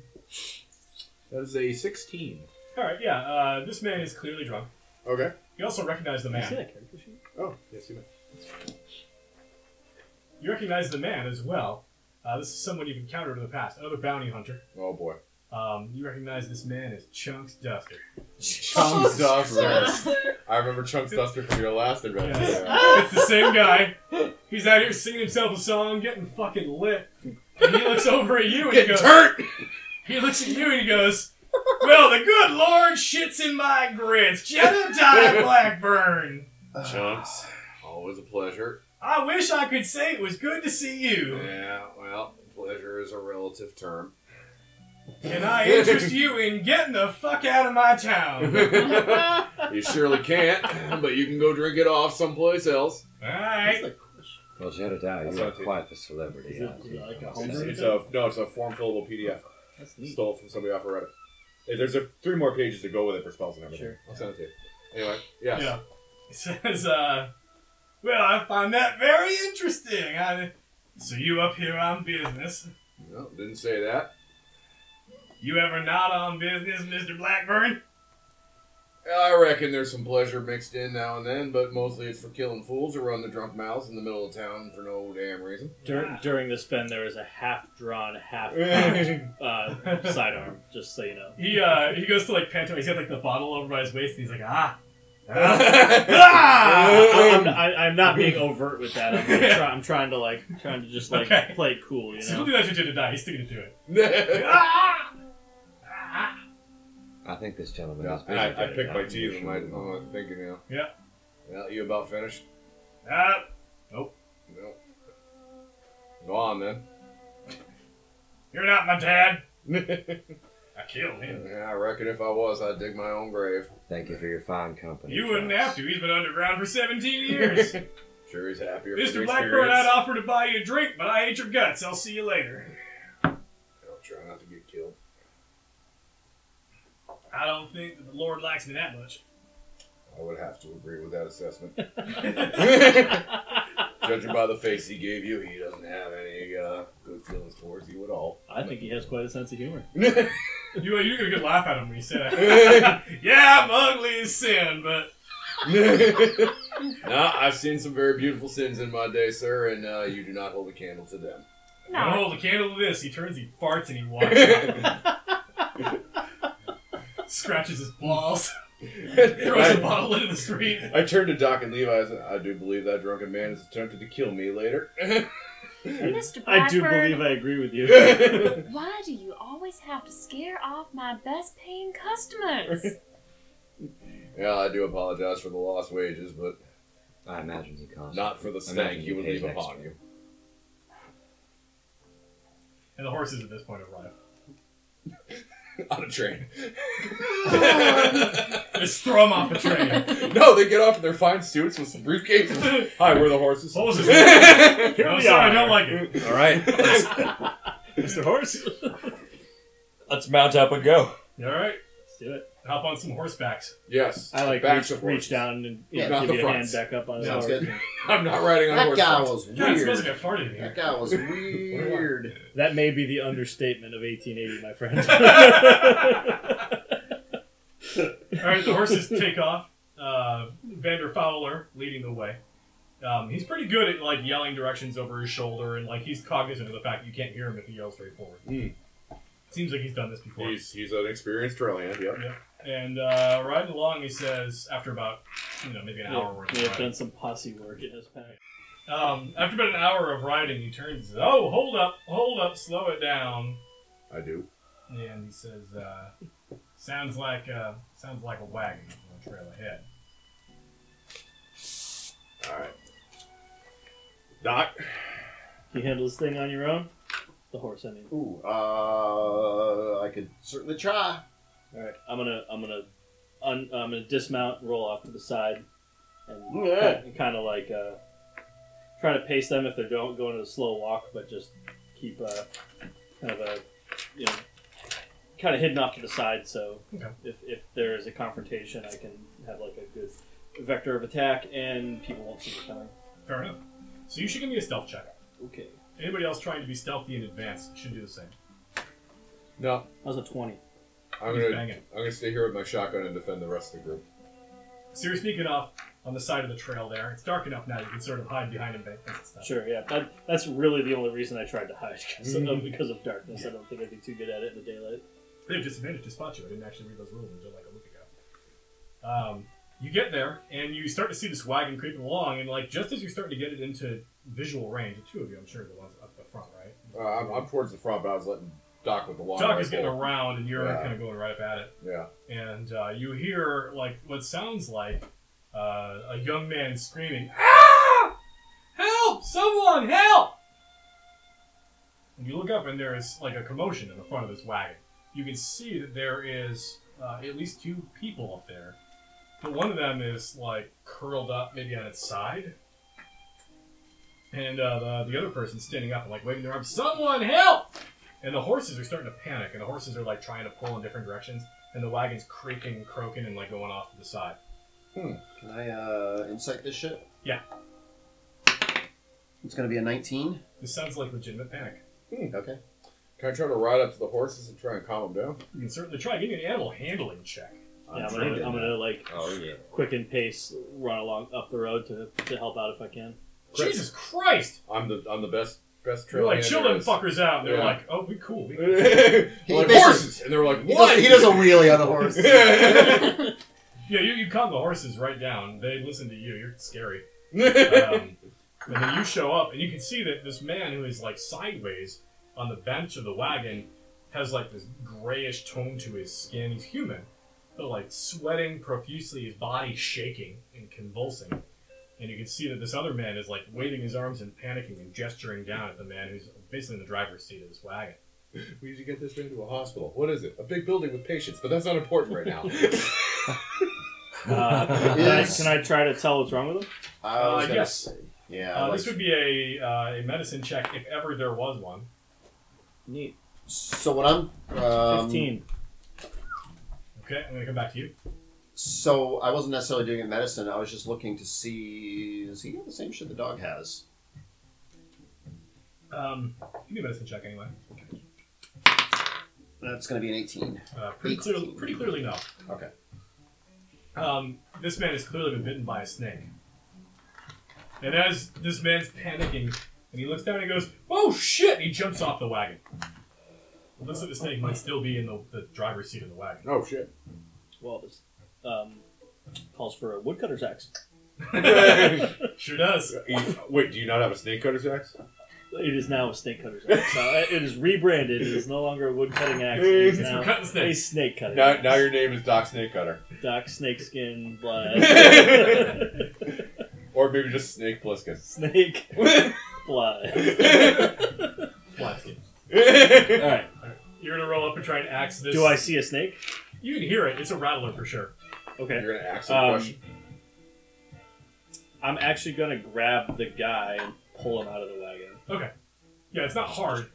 S2: that is a sixteen.
S1: All right. Yeah. Uh, this man is clearly drunk.
S2: Okay.
S1: You also recognize the
S5: You see
S1: man.
S5: that character sheet?
S2: Oh, yes, you may.
S1: You recognize the man as well. Uh, this is someone you've encountered in the past. Another bounty hunter.
S2: Oh boy.
S1: Um, you recognize this man as Chunks Duster.
S2: Chunks Duster. I remember Chunks Duster from your last adventure.
S1: Yes.
S2: Yeah.
S1: It's the same guy. He's out here singing himself a song, getting fucking lit. And he looks over at you and he
S2: Getting
S1: goes,
S2: hurt.
S1: he looks at you and he goes, well, the good Lord shits in my grits. Jedediah Blackburn.
S2: Chunks, always a pleasure.
S1: I wish I could say it was good to see you.
S2: Yeah, well, pleasure is a relative term.
S1: Can I interest you in getting the fuck out of my town?
S2: you surely can't, but you can go drink it off someplace else.
S1: All right.
S7: Well, Jedediah,
S2: That's
S7: you are
S2: okay.
S7: quite the celebrity.
S5: Is it
S7: aren't you?
S5: like a
S2: It's,
S5: Homebrew?
S2: it's a no, it's a form fillable PDF.
S5: That's neat.
S2: Stole from somebody off of Reddit. Hey, There's a three more pages to go with it for spells and everything.
S5: Sure.
S2: I'll send it to you. Anyway, yes.
S1: Yeah. He says, uh, Well, I find that very interesting. I, so you up here on business.
S2: No, didn't say that.
S1: You ever not on business, Mr. Blackburn?
S2: I reckon there's some pleasure mixed in now and then, but mostly it's for killing fools who run the drunk mouths in the middle of town for no damn reason.
S5: Dur- during this spend, there was a half-drawn, half-cocked uh, sidearm. Just so you know.
S1: He uh, he goes to like pantomime. He's got like the bottle over by his waist, and he's like, ah.
S5: I,
S2: Ah!
S5: I'm, I, I'm not being overt with that. I'm, like, try, I'm trying to like, trying to just like
S1: Okay.
S5: play it cool, you
S1: So we'll
S5: know.
S1: do that to die. He's sticking to it.
S2: Yeah,
S1: Ah! Ah!
S7: I think this gentleman is busy.
S2: and I, I
S7: today.
S2: picked my
S7: I'm
S2: teeth. I'm
S7: sure.
S2: like, oh, I'm thinking now.
S1: Yeah.
S2: Well, you about finished?
S1: Ah!
S2: No. Go on then.
S1: You're not my dad.
S2: yeah,
S1: I killed him.
S2: I reckon if I was, I'd dig my own grave.
S7: Thank you for your fine company.
S1: You wouldn't
S7: Charles.
S1: have to. He's been underground for 17 years.
S2: Sure, he's happier. for the
S1: Mr. Blackburn, I'd
S2: experience.
S1: offer to buy you a drink, but I ate your guts. I'll see you later.
S2: I'll try not to get killed.
S1: I don't think that the Lord likes me that much.
S2: I would have to agree with that assessment. Judging by the face he gave you, he doesn't have any uh, good feelings towards you at all.
S5: I think he has quite a sense of humor.
S1: You, you get a good laugh out of him when you say that. yeah, I'm ugly as sin, but
S2: nah, I've seen some very beautiful sins in my day, sir, and uh, you do not hold a candle to them.
S1: I hold a candle to this. He turns, he farts, and he walks out. Scratches his balls, throws a
S2: I,
S1: bottle into the street.
S2: I turned to Doc and Levi. I said, I do believe that drunken man has attempted to kill me later.
S4: Mr. Blackburn,
S5: I do believe I agree with you.
S4: why do you always have to scare off my best paying customers?
S2: yeah, I do apologize for the lost wages, but
S7: I imagine he costs.
S2: not for the stank
S7: Imagine
S2: you would
S7: he
S2: leave
S7: pays
S2: upon
S7: extra.
S2: you.
S1: And the horses at this point arrive.
S2: On a train.
S1: Just throw him off a train.
S2: no, they get off in their fine suits with some briefcases. Hi, we're the horses.
S1: Horses.
S5: Here
S1: I'm
S5: we
S1: sorry, I
S5: are.
S1: don't like it.
S7: All right, let's,
S5: Mr. Horse. Let's
S7: let's mount up and go.
S1: All right,
S5: do it.
S1: hop on some horsebacks.
S2: yes.
S5: I like
S2: backs
S5: reach,
S2: of
S5: reach
S2: horses.
S5: down and you
S6: Yeah,
S2: not
S5: know, give
S2: the
S5: you a hand
S2: fronts.
S5: back up on his
S6: Sounds
S5: horse.
S6: good.
S2: I'm not riding on
S6: That
S2: horses.
S6: guy was
S1: God, it smells like
S6: weird.
S1: I farted in here.
S6: That guy was weird.
S5: That may be the understatement of 1880, my friend.
S1: All right, the horses take off. Uh, Vander Fowler leading the way. Um, he's pretty good at like yelling directions over his shoulder, and like he's cognizant of the fact that you can't hear him if he yells straight forward.
S2: Hmm.
S1: Seems like he's done this before.
S2: He's, he's an experienced trailhand, yep.
S1: And uh, riding along, he says after about you know maybe an hour worth
S5: we
S1: of
S5: have
S1: riding.
S5: done some posse work in his pack.
S1: Um, after about an hour of riding, he turns. And says, oh, hold up, hold up, slow it down.
S2: I do.
S1: And he says, uh, "Sounds like uh, sounds like a wagon on the trail ahead."
S2: Alright. Doc?
S5: You handle this thing on your own? The horse, I mean.
S6: Ooh, uh, I could certainly try.
S5: All right, I'm gonna, I'm gonna, un, I'm gonna dismount, roll off to the side, and
S6: Yeah.
S5: kind of like uh, try to pace them if they're going going at a slow walk, but just keep uh, kind of a, you know, kind of hidden off to the side. So
S1: Okay.
S5: if if there is a confrontation, I can have like a good vector of attack, and people won't see me coming.
S1: Fair enough. So you should give me a stealth check.
S5: Okay,
S1: Anybody else trying to be stealthy in advance should do the same.
S2: No.
S5: that was a twenty.
S2: I'm
S1: He's
S2: gonna
S1: banging.
S2: I'm gonna stay here with my shotgun and defend the rest of the group.
S1: So you're sneaking off on the side of the trail there. It's dark enough now you can sort of hide behind embankments and stuff.
S5: Sure, yeah, that, that's really the only reason I tried to hide because of, because of darkness. I don't think I'd be too good at it in the daylight.
S1: They have disadvantage to spot you. I didn't actually read those rules until like a week ago. Um, you get there and you start to see this wagon creeping along, and like just as you're starting to get it into visual range, the two of you, I'm sure the ones up the front, right?
S2: Uh, I'm, I'm towards the front, but I was letting Doc with the long
S1: Doc
S2: rifle.
S1: is getting around, and you're
S2: Yeah.
S1: kind of going right up at it.
S2: Yeah.
S1: and uh, you hear like what sounds like uh, a young man screaming, "Ah! Help! Someone help!" And you look up, and there is like a commotion in the front of this wagon. You can see that there is uh, at least two people up there, but one of them is like curled up, maybe on its side, and uh, the, the other person's standing up and like waving their arms, "Someone help!" And the horses are starting to panic, and the horses are like trying to pull in different directions, and the wagon's creaking, croaking, and like going off to the side.
S6: Can I uh, insight this shit?
S1: Yeah.
S6: It's gonna be a 19.
S1: This sounds like legitimate panic.
S6: Okay.
S2: Can I try to ride up to the horses and try and calm them down?
S1: You can certainly try. Give me an animal handling check.
S5: yeah, I'm gonna, I'm gonna like
S7: Oh yeah.
S5: quicken pace, run along up the road to, to help out if I can.
S2: Chris.
S1: Jesus Christ!
S2: I'm the I'm the best best
S1: You're
S2: trail.
S1: like, chill them fuckers out. And they're
S2: Yeah.
S1: like, oh, we cool. We
S6: He
S2: like,
S6: basically-
S2: horses, and they're like,
S6: He
S2: what?
S6: doesn't, he doesn't really on a horse.
S1: Uh, Yeah, you, you calm the horses right down. They listen to you. You're scary.
S2: doesn't.
S1: Um, and then you show up, and you can see that this man who is like sideways on the bench of the wagon has like this grayish tone to his skin. He's human, but like sweating profusely, his body shaking and convulsing. And you can see that this other man is like waving his arms and panicking and gesturing down at the man who's basically in the driver's seat of this wagon.
S2: we need to get this man to a hospital. What is it? A big building with patients, but that's not important right now.
S5: Uh, can,
S6: Yes.
S5: I, can I try to tell what's wrong with him?
S6: I was
S1: Uh,
S6: gonna
S1: yes.
S6: say- Yeah.
S1: Uh,
S6: like-
S1: this would be a uh, a medicine check if ever there was one.
S5: Neat.
S6: so what I'm. Um,
S5: Fifteen.
S1: Okay, I'm gonna come back to you.
S6: So I wasn't necessarily doing a medicine. I was just looking to see does he have the same shit the dog has?
S1: Um, give me a medicine check anyway.
S6: That's going to be an 18.
S1: Uh, pretty clearly, pretty clearly, no.
S6: Okay.
S1: Um, this man has clearly been bitten by a snake. And as this man's panicking, and he looks down and he goes, "Oh shit!" And he jumps off the wagon. Looks like the snake might still be in the, the driver's seat of the wagon.
S2: oh shit!
S5: Well, this um, calls for a woodcutter's axe.
S1: Sure does.
S2: You- wait, do you not have a snake cutter's axe?
S5: It is now a snake cutter's axe. Now, it it is rebranded. It is no longer a wood cutting axe. It is
S1: It's for
S5: now
S1: cutting
S5: a
S1: snakes.
S5: snake cutting.
S2: Now,
S5: axe.
S2: now your name is Doc Snake Cutter,
S5: Doc Snakeskin Blood.
S2: Blood. or maybe just Snake Bliskus.
S5: snake Blood.
S1: Plastic.
S5: All right.
S1: You're gonna roll up and try and axe this.
S5: Do I see a snake?
S1: You can hear it. It's a rattler for sure.
S5: Okay.
S2: You're gonna ask him a
S5: Um,
S2: question.
S5: I'm actually gonna grab the guy and pull him out of the wagon.
S1: Yeah, it's not hard.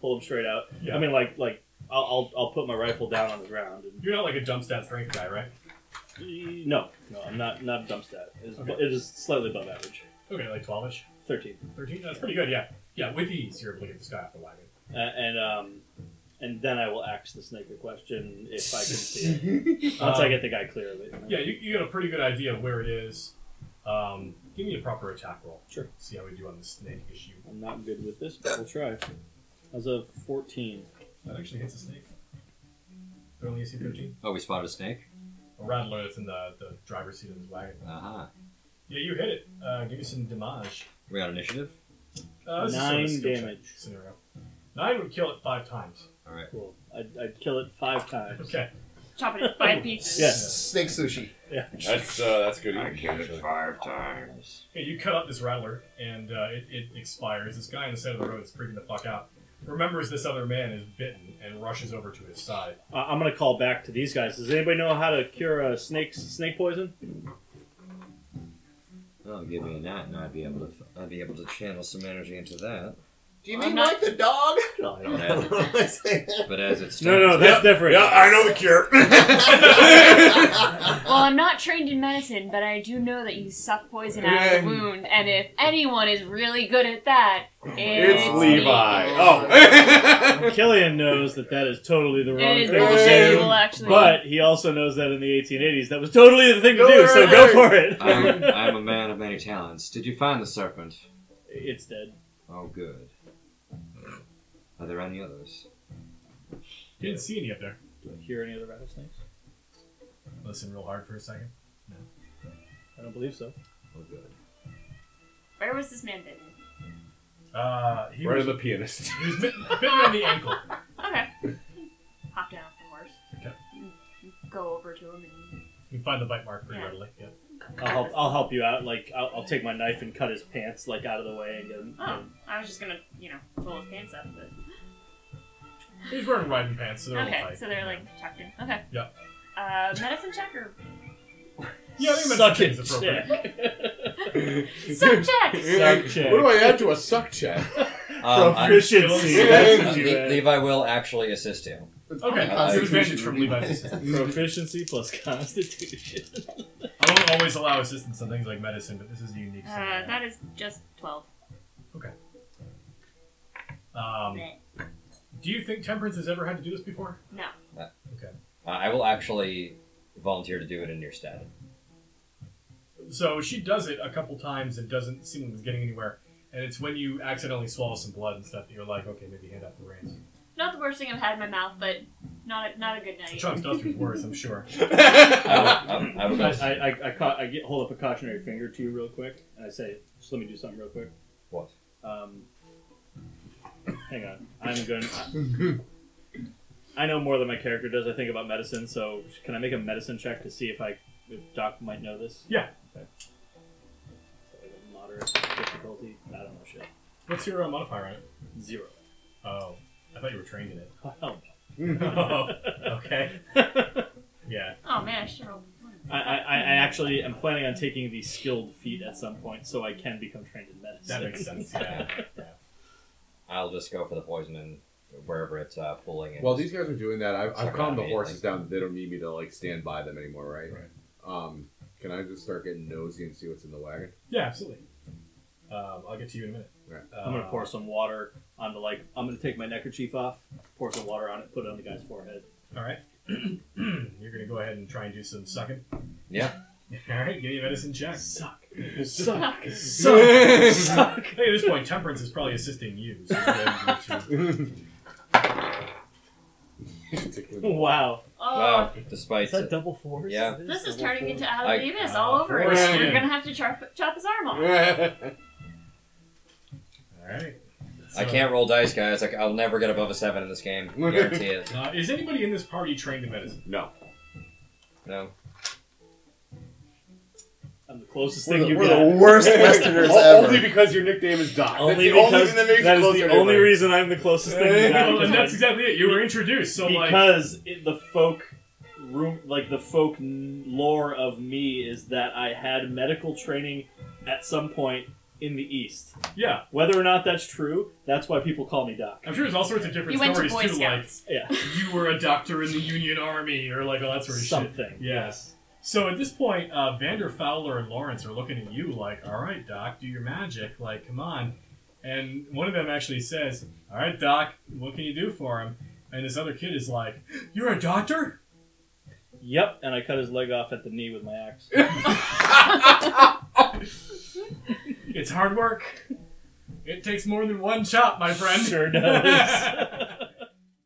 S5: Pull him straight out.
S1: Yeah.
S5: I mean, like, like I'll, I'll, I'll put my rifle down on the ground. And,
S1: You're not like a jump stat strength guy, right?
S5: no, no, I'm not not dump stat. It is,
S1: Okay.
S5: it is slightly above average.
S1: Okay, like 12ish,
S5: Thirteen.
S1: 13. That's pretty good. Yeah, yeah. With ease, you're able to get this guy off the wagon.
S5: Uh, and um, and then I will axe the snake a question if I can see it. Once I
S1: Um,
S5: get the guy clear of it.
S1: Yeah, you, you got a pretty good idea of where it is. Um, give me a proper attack roll.
S5: Sure.
S1: See how we do on the snake issue.
S5: I'm not good with this, but we'll try. As a 14.
S1: That actually hits a snake. They're only AC 13.
S7: Oh, we spotted a snake.
S1: A rattler that's in the, the driver's seat of his wagon.
S7: Uh huh.
S1: Yeah, you hit it. Uh, give me some damage.
S7: We got initiative.
S1: Uh, this is sort of
S5: Nine
S1: skill check
S5: damage.
S1: Scenario. Nine would kill it five times.
S7: All right.
S5: Cool. I'd, I'd kill it five times.
S1: Okay.
S4: Chop it in five pieces.
S5: Yeah.
S6: Snake sushi.
S2: That's uh, that's good. eating, actually.
S7: five times.
S1: Yeah, you cut up this rattler, and uh, it, it expires. This guy on the side of the road is freaking the fuck out. Remembers this other man is bitten and rushes over to his side.
S5: I Uh, I'm gonna call back to these guys. Does anybody know how to cure a snake snake poison?
S7: Oh, give me a nat, and I'd be able to. I'd be able to channel some energy into that.
S6: Do you
S4: I'm
S6: mean
S4: not-
S6: like the dog? No, I
S7: don't know.
S6: know.
S7: But as it's
S5: No, no, that's different.
S2: know the cure.
S4: Well, I'm not trained in medicine, but I do know that you suck poison out of
S2: Yeah.
S4: a wound, and if anyone is really good at that,
S1: Oh
S4: it's,
S2: it's Levi.
S4: me.
S2: Oh,
S5: Killian knows that that is totally the wrong
S4: It
S5: thing
S4: is
S5: to
S4: bullshit.
S5: do.
S4: Well, actually,
S5: But he also knows that in the 1880s, that was totally the thing to
S6: Go
S5: do. So go
S6: right.
S5: for it.
S7: I'm,
S5: Um,
S7: I'm a man of many talents. Did you find the serpent?
S5: it's dead.
S7: Oh, good. Are there any others?
S1: Didn't see any up there.
S5: Do I hear any other rattlesnakes?
S1: Listen real hard for a second.
S5: I don't believe so.
S7: Oh, good.
S4: where was this man bitten?
S1: Uh, he
S2: right
S1: was,
S2: on the pianist.
S1: he was bitten, bitten on the ankle.
S4: Okay, hop down off the horse.
S1: Okay.
S4: Go over to him and
S1: You can find the bite mark pretty
S4: Yeah.
S1: readily. Yeah.
S5: I'll help. I'll help you out. Like I'll, I'll take my knife and cut his pants like out of the way and get him.
S4: oh, I was just gonna, you know, pull his pants up, but
S1: He's wearing riding pants, so they're all
S4: okay,
S1: tight.
S4: so they're like tucked in. Okay.
S1: Yeah.
S4: Uh, medicine check or
S1: yeah, I think
S5: suck
S1: medicine
S5: it.
S1: is appropriate.
S5: Jack.
S4: suck check.
S5: Suck check.
S2: What do I add to a suck check?
S7: Um, I-
S5: Proficiency.
S1: I'm-
S5: that's
S7: Le-
S5: what you had.
S7: Levi will actually assist you.
S1: Okay,
S7: I- I-
S1: disadvantage from Levi's assistance.
S5: Proficiency plus Constitution.
S1: I won't always allow assistance on things like medicine, but this is a unique
S4: Uh,
S1: scenario.
S4: that is just 12.
S1: um, do you think Temperance has ever had to do this before?
S4: No.
S7: Uh, I will actually volunteer to do it in your stead.
S1: So she does it a couple times and doesn't seem to be getting anywhere. And it's when you accidentally swallow some blood and stuff that you're like, okay, maybe hand out the reins.
S4: Not the worst thing I've had in my mouth, but not a, not a good
S1: The
S4: night.
S1: Chunks does was worse, I'm sure.
S7: I will, um, I will- I will go.
S5: I, I, I, I, ca- I get, hold up a cautionary finger to you real quick, and I say, just let me do something real quick.
S7: What?
S5: Um, hang on. I'm going to... I know more than my character does, I think, about medicine, so can I make a medicine check to see if I... if Doc might know this?
S1: Yeah.
S5: Okay. So like a moderate difficulty. I don't know shit.
S1: What's your uh, modifier on it?
S5: Zero.
S1: Oh, I thought you were trained in it.
S5: Oh, hell
S1: oh, okay.
S5: no.
S1: Yeah.
S4: Oh man, I should roll one.
S5: I, I, I I actually am planning on taking the skilled feat at some point, so I can become trained in medicine.
S1: That makes sense. Yeah. yeah.
S7: I'll just go for the poison and wherever it's uh, pulling. It.
S2: While these guys are doing that, I've,
S7: Sorry,
S2: I've calmed the
S7: I mean,
S2: horses down that they don't need me to like stand by them anymore, right?
S1: Right.
S2: Um, can I just start getting nosy and see what's in the wagon?
S1: Yeah, absolutely. Um, I'll get to you in a minute.
S2: Right.
S5: I'm gonna
S1: Uh,
S5: pour some water on the like. I'm gonna take my neckerchief off, pour some water on it, put it on the guy's forehead.
S1: All right. You're going to go ahead and try and do some sucking.
S7: Yeah.
S1: All right, give me a medicine check.
S5: Suck,
S1: Suck.
S5: suck, suck.
S1: I think at this point, Temperance is probably assisting you. So you're able to-
S5: Wow,
S4: Oh,
S7: Wow. Despite
S5: is that double fours?
S7: Yeah.
S5: It
S4: this is
S5: double
S4: turning
S5: fours.
S4: into Out of
S7: I-
S4: the Abyss
S1: uh,
S4: all over again.
S2: four.
S4: You're gonna have to chop, chop his arm off.
S1: All right. So,
S7: I can't roll dice, guys. Like, I'll never get above a seven in this game. Guarantee it.
S1: Uh, is anybody in this party trained in medicine?
S2: no.
S7: No.
S5: I'm the closest
S6: We're
S5: thing
S6: the,
S5: you
S6: we're
S5: got.
S6: the worst Westerners ever.
S2: Only because your nickname is Doc.
S5: Only
S2: That's the only
S5: because
S2: thing that makes
S5: that
S2: you
S5: is
S2: close
S5: the
S2: to
S5: only
S2: everybody.
S5: reason I'm the closest thing you got.
S1: Well, and that's
S5: because-
S1: exactly it. You were introduced, so like,
S5: because it, the folk room, like the folk n- lore of me is that I had medical training at some point in the East.
S1: yeah.
S5: Whether or not that's true, that's why people call me Doc.
S1: I'm sure there's all sorts of different
S4: You went to
S1: stories too,
S4: Boy
S1: like
S4: Scouts.
S5: Yeah,
S1: you were a doctor in the Union Army or like oh, all that sort of shit.
S5: something.
S1: Yeah. So at this point, uh, Vander Fowler and Lawrence are looking at you like, "All right, Doc, do your magic. Like, come on." And one of them actually says, "All right, Doc, what can you do for him?" And this other kid is like, "You're a doctor?"
S5: Yep, and I cut his leg off at the knee with my axe.
S1: It's hard work. It takes more than one chop, my friend.
S5: Sure does.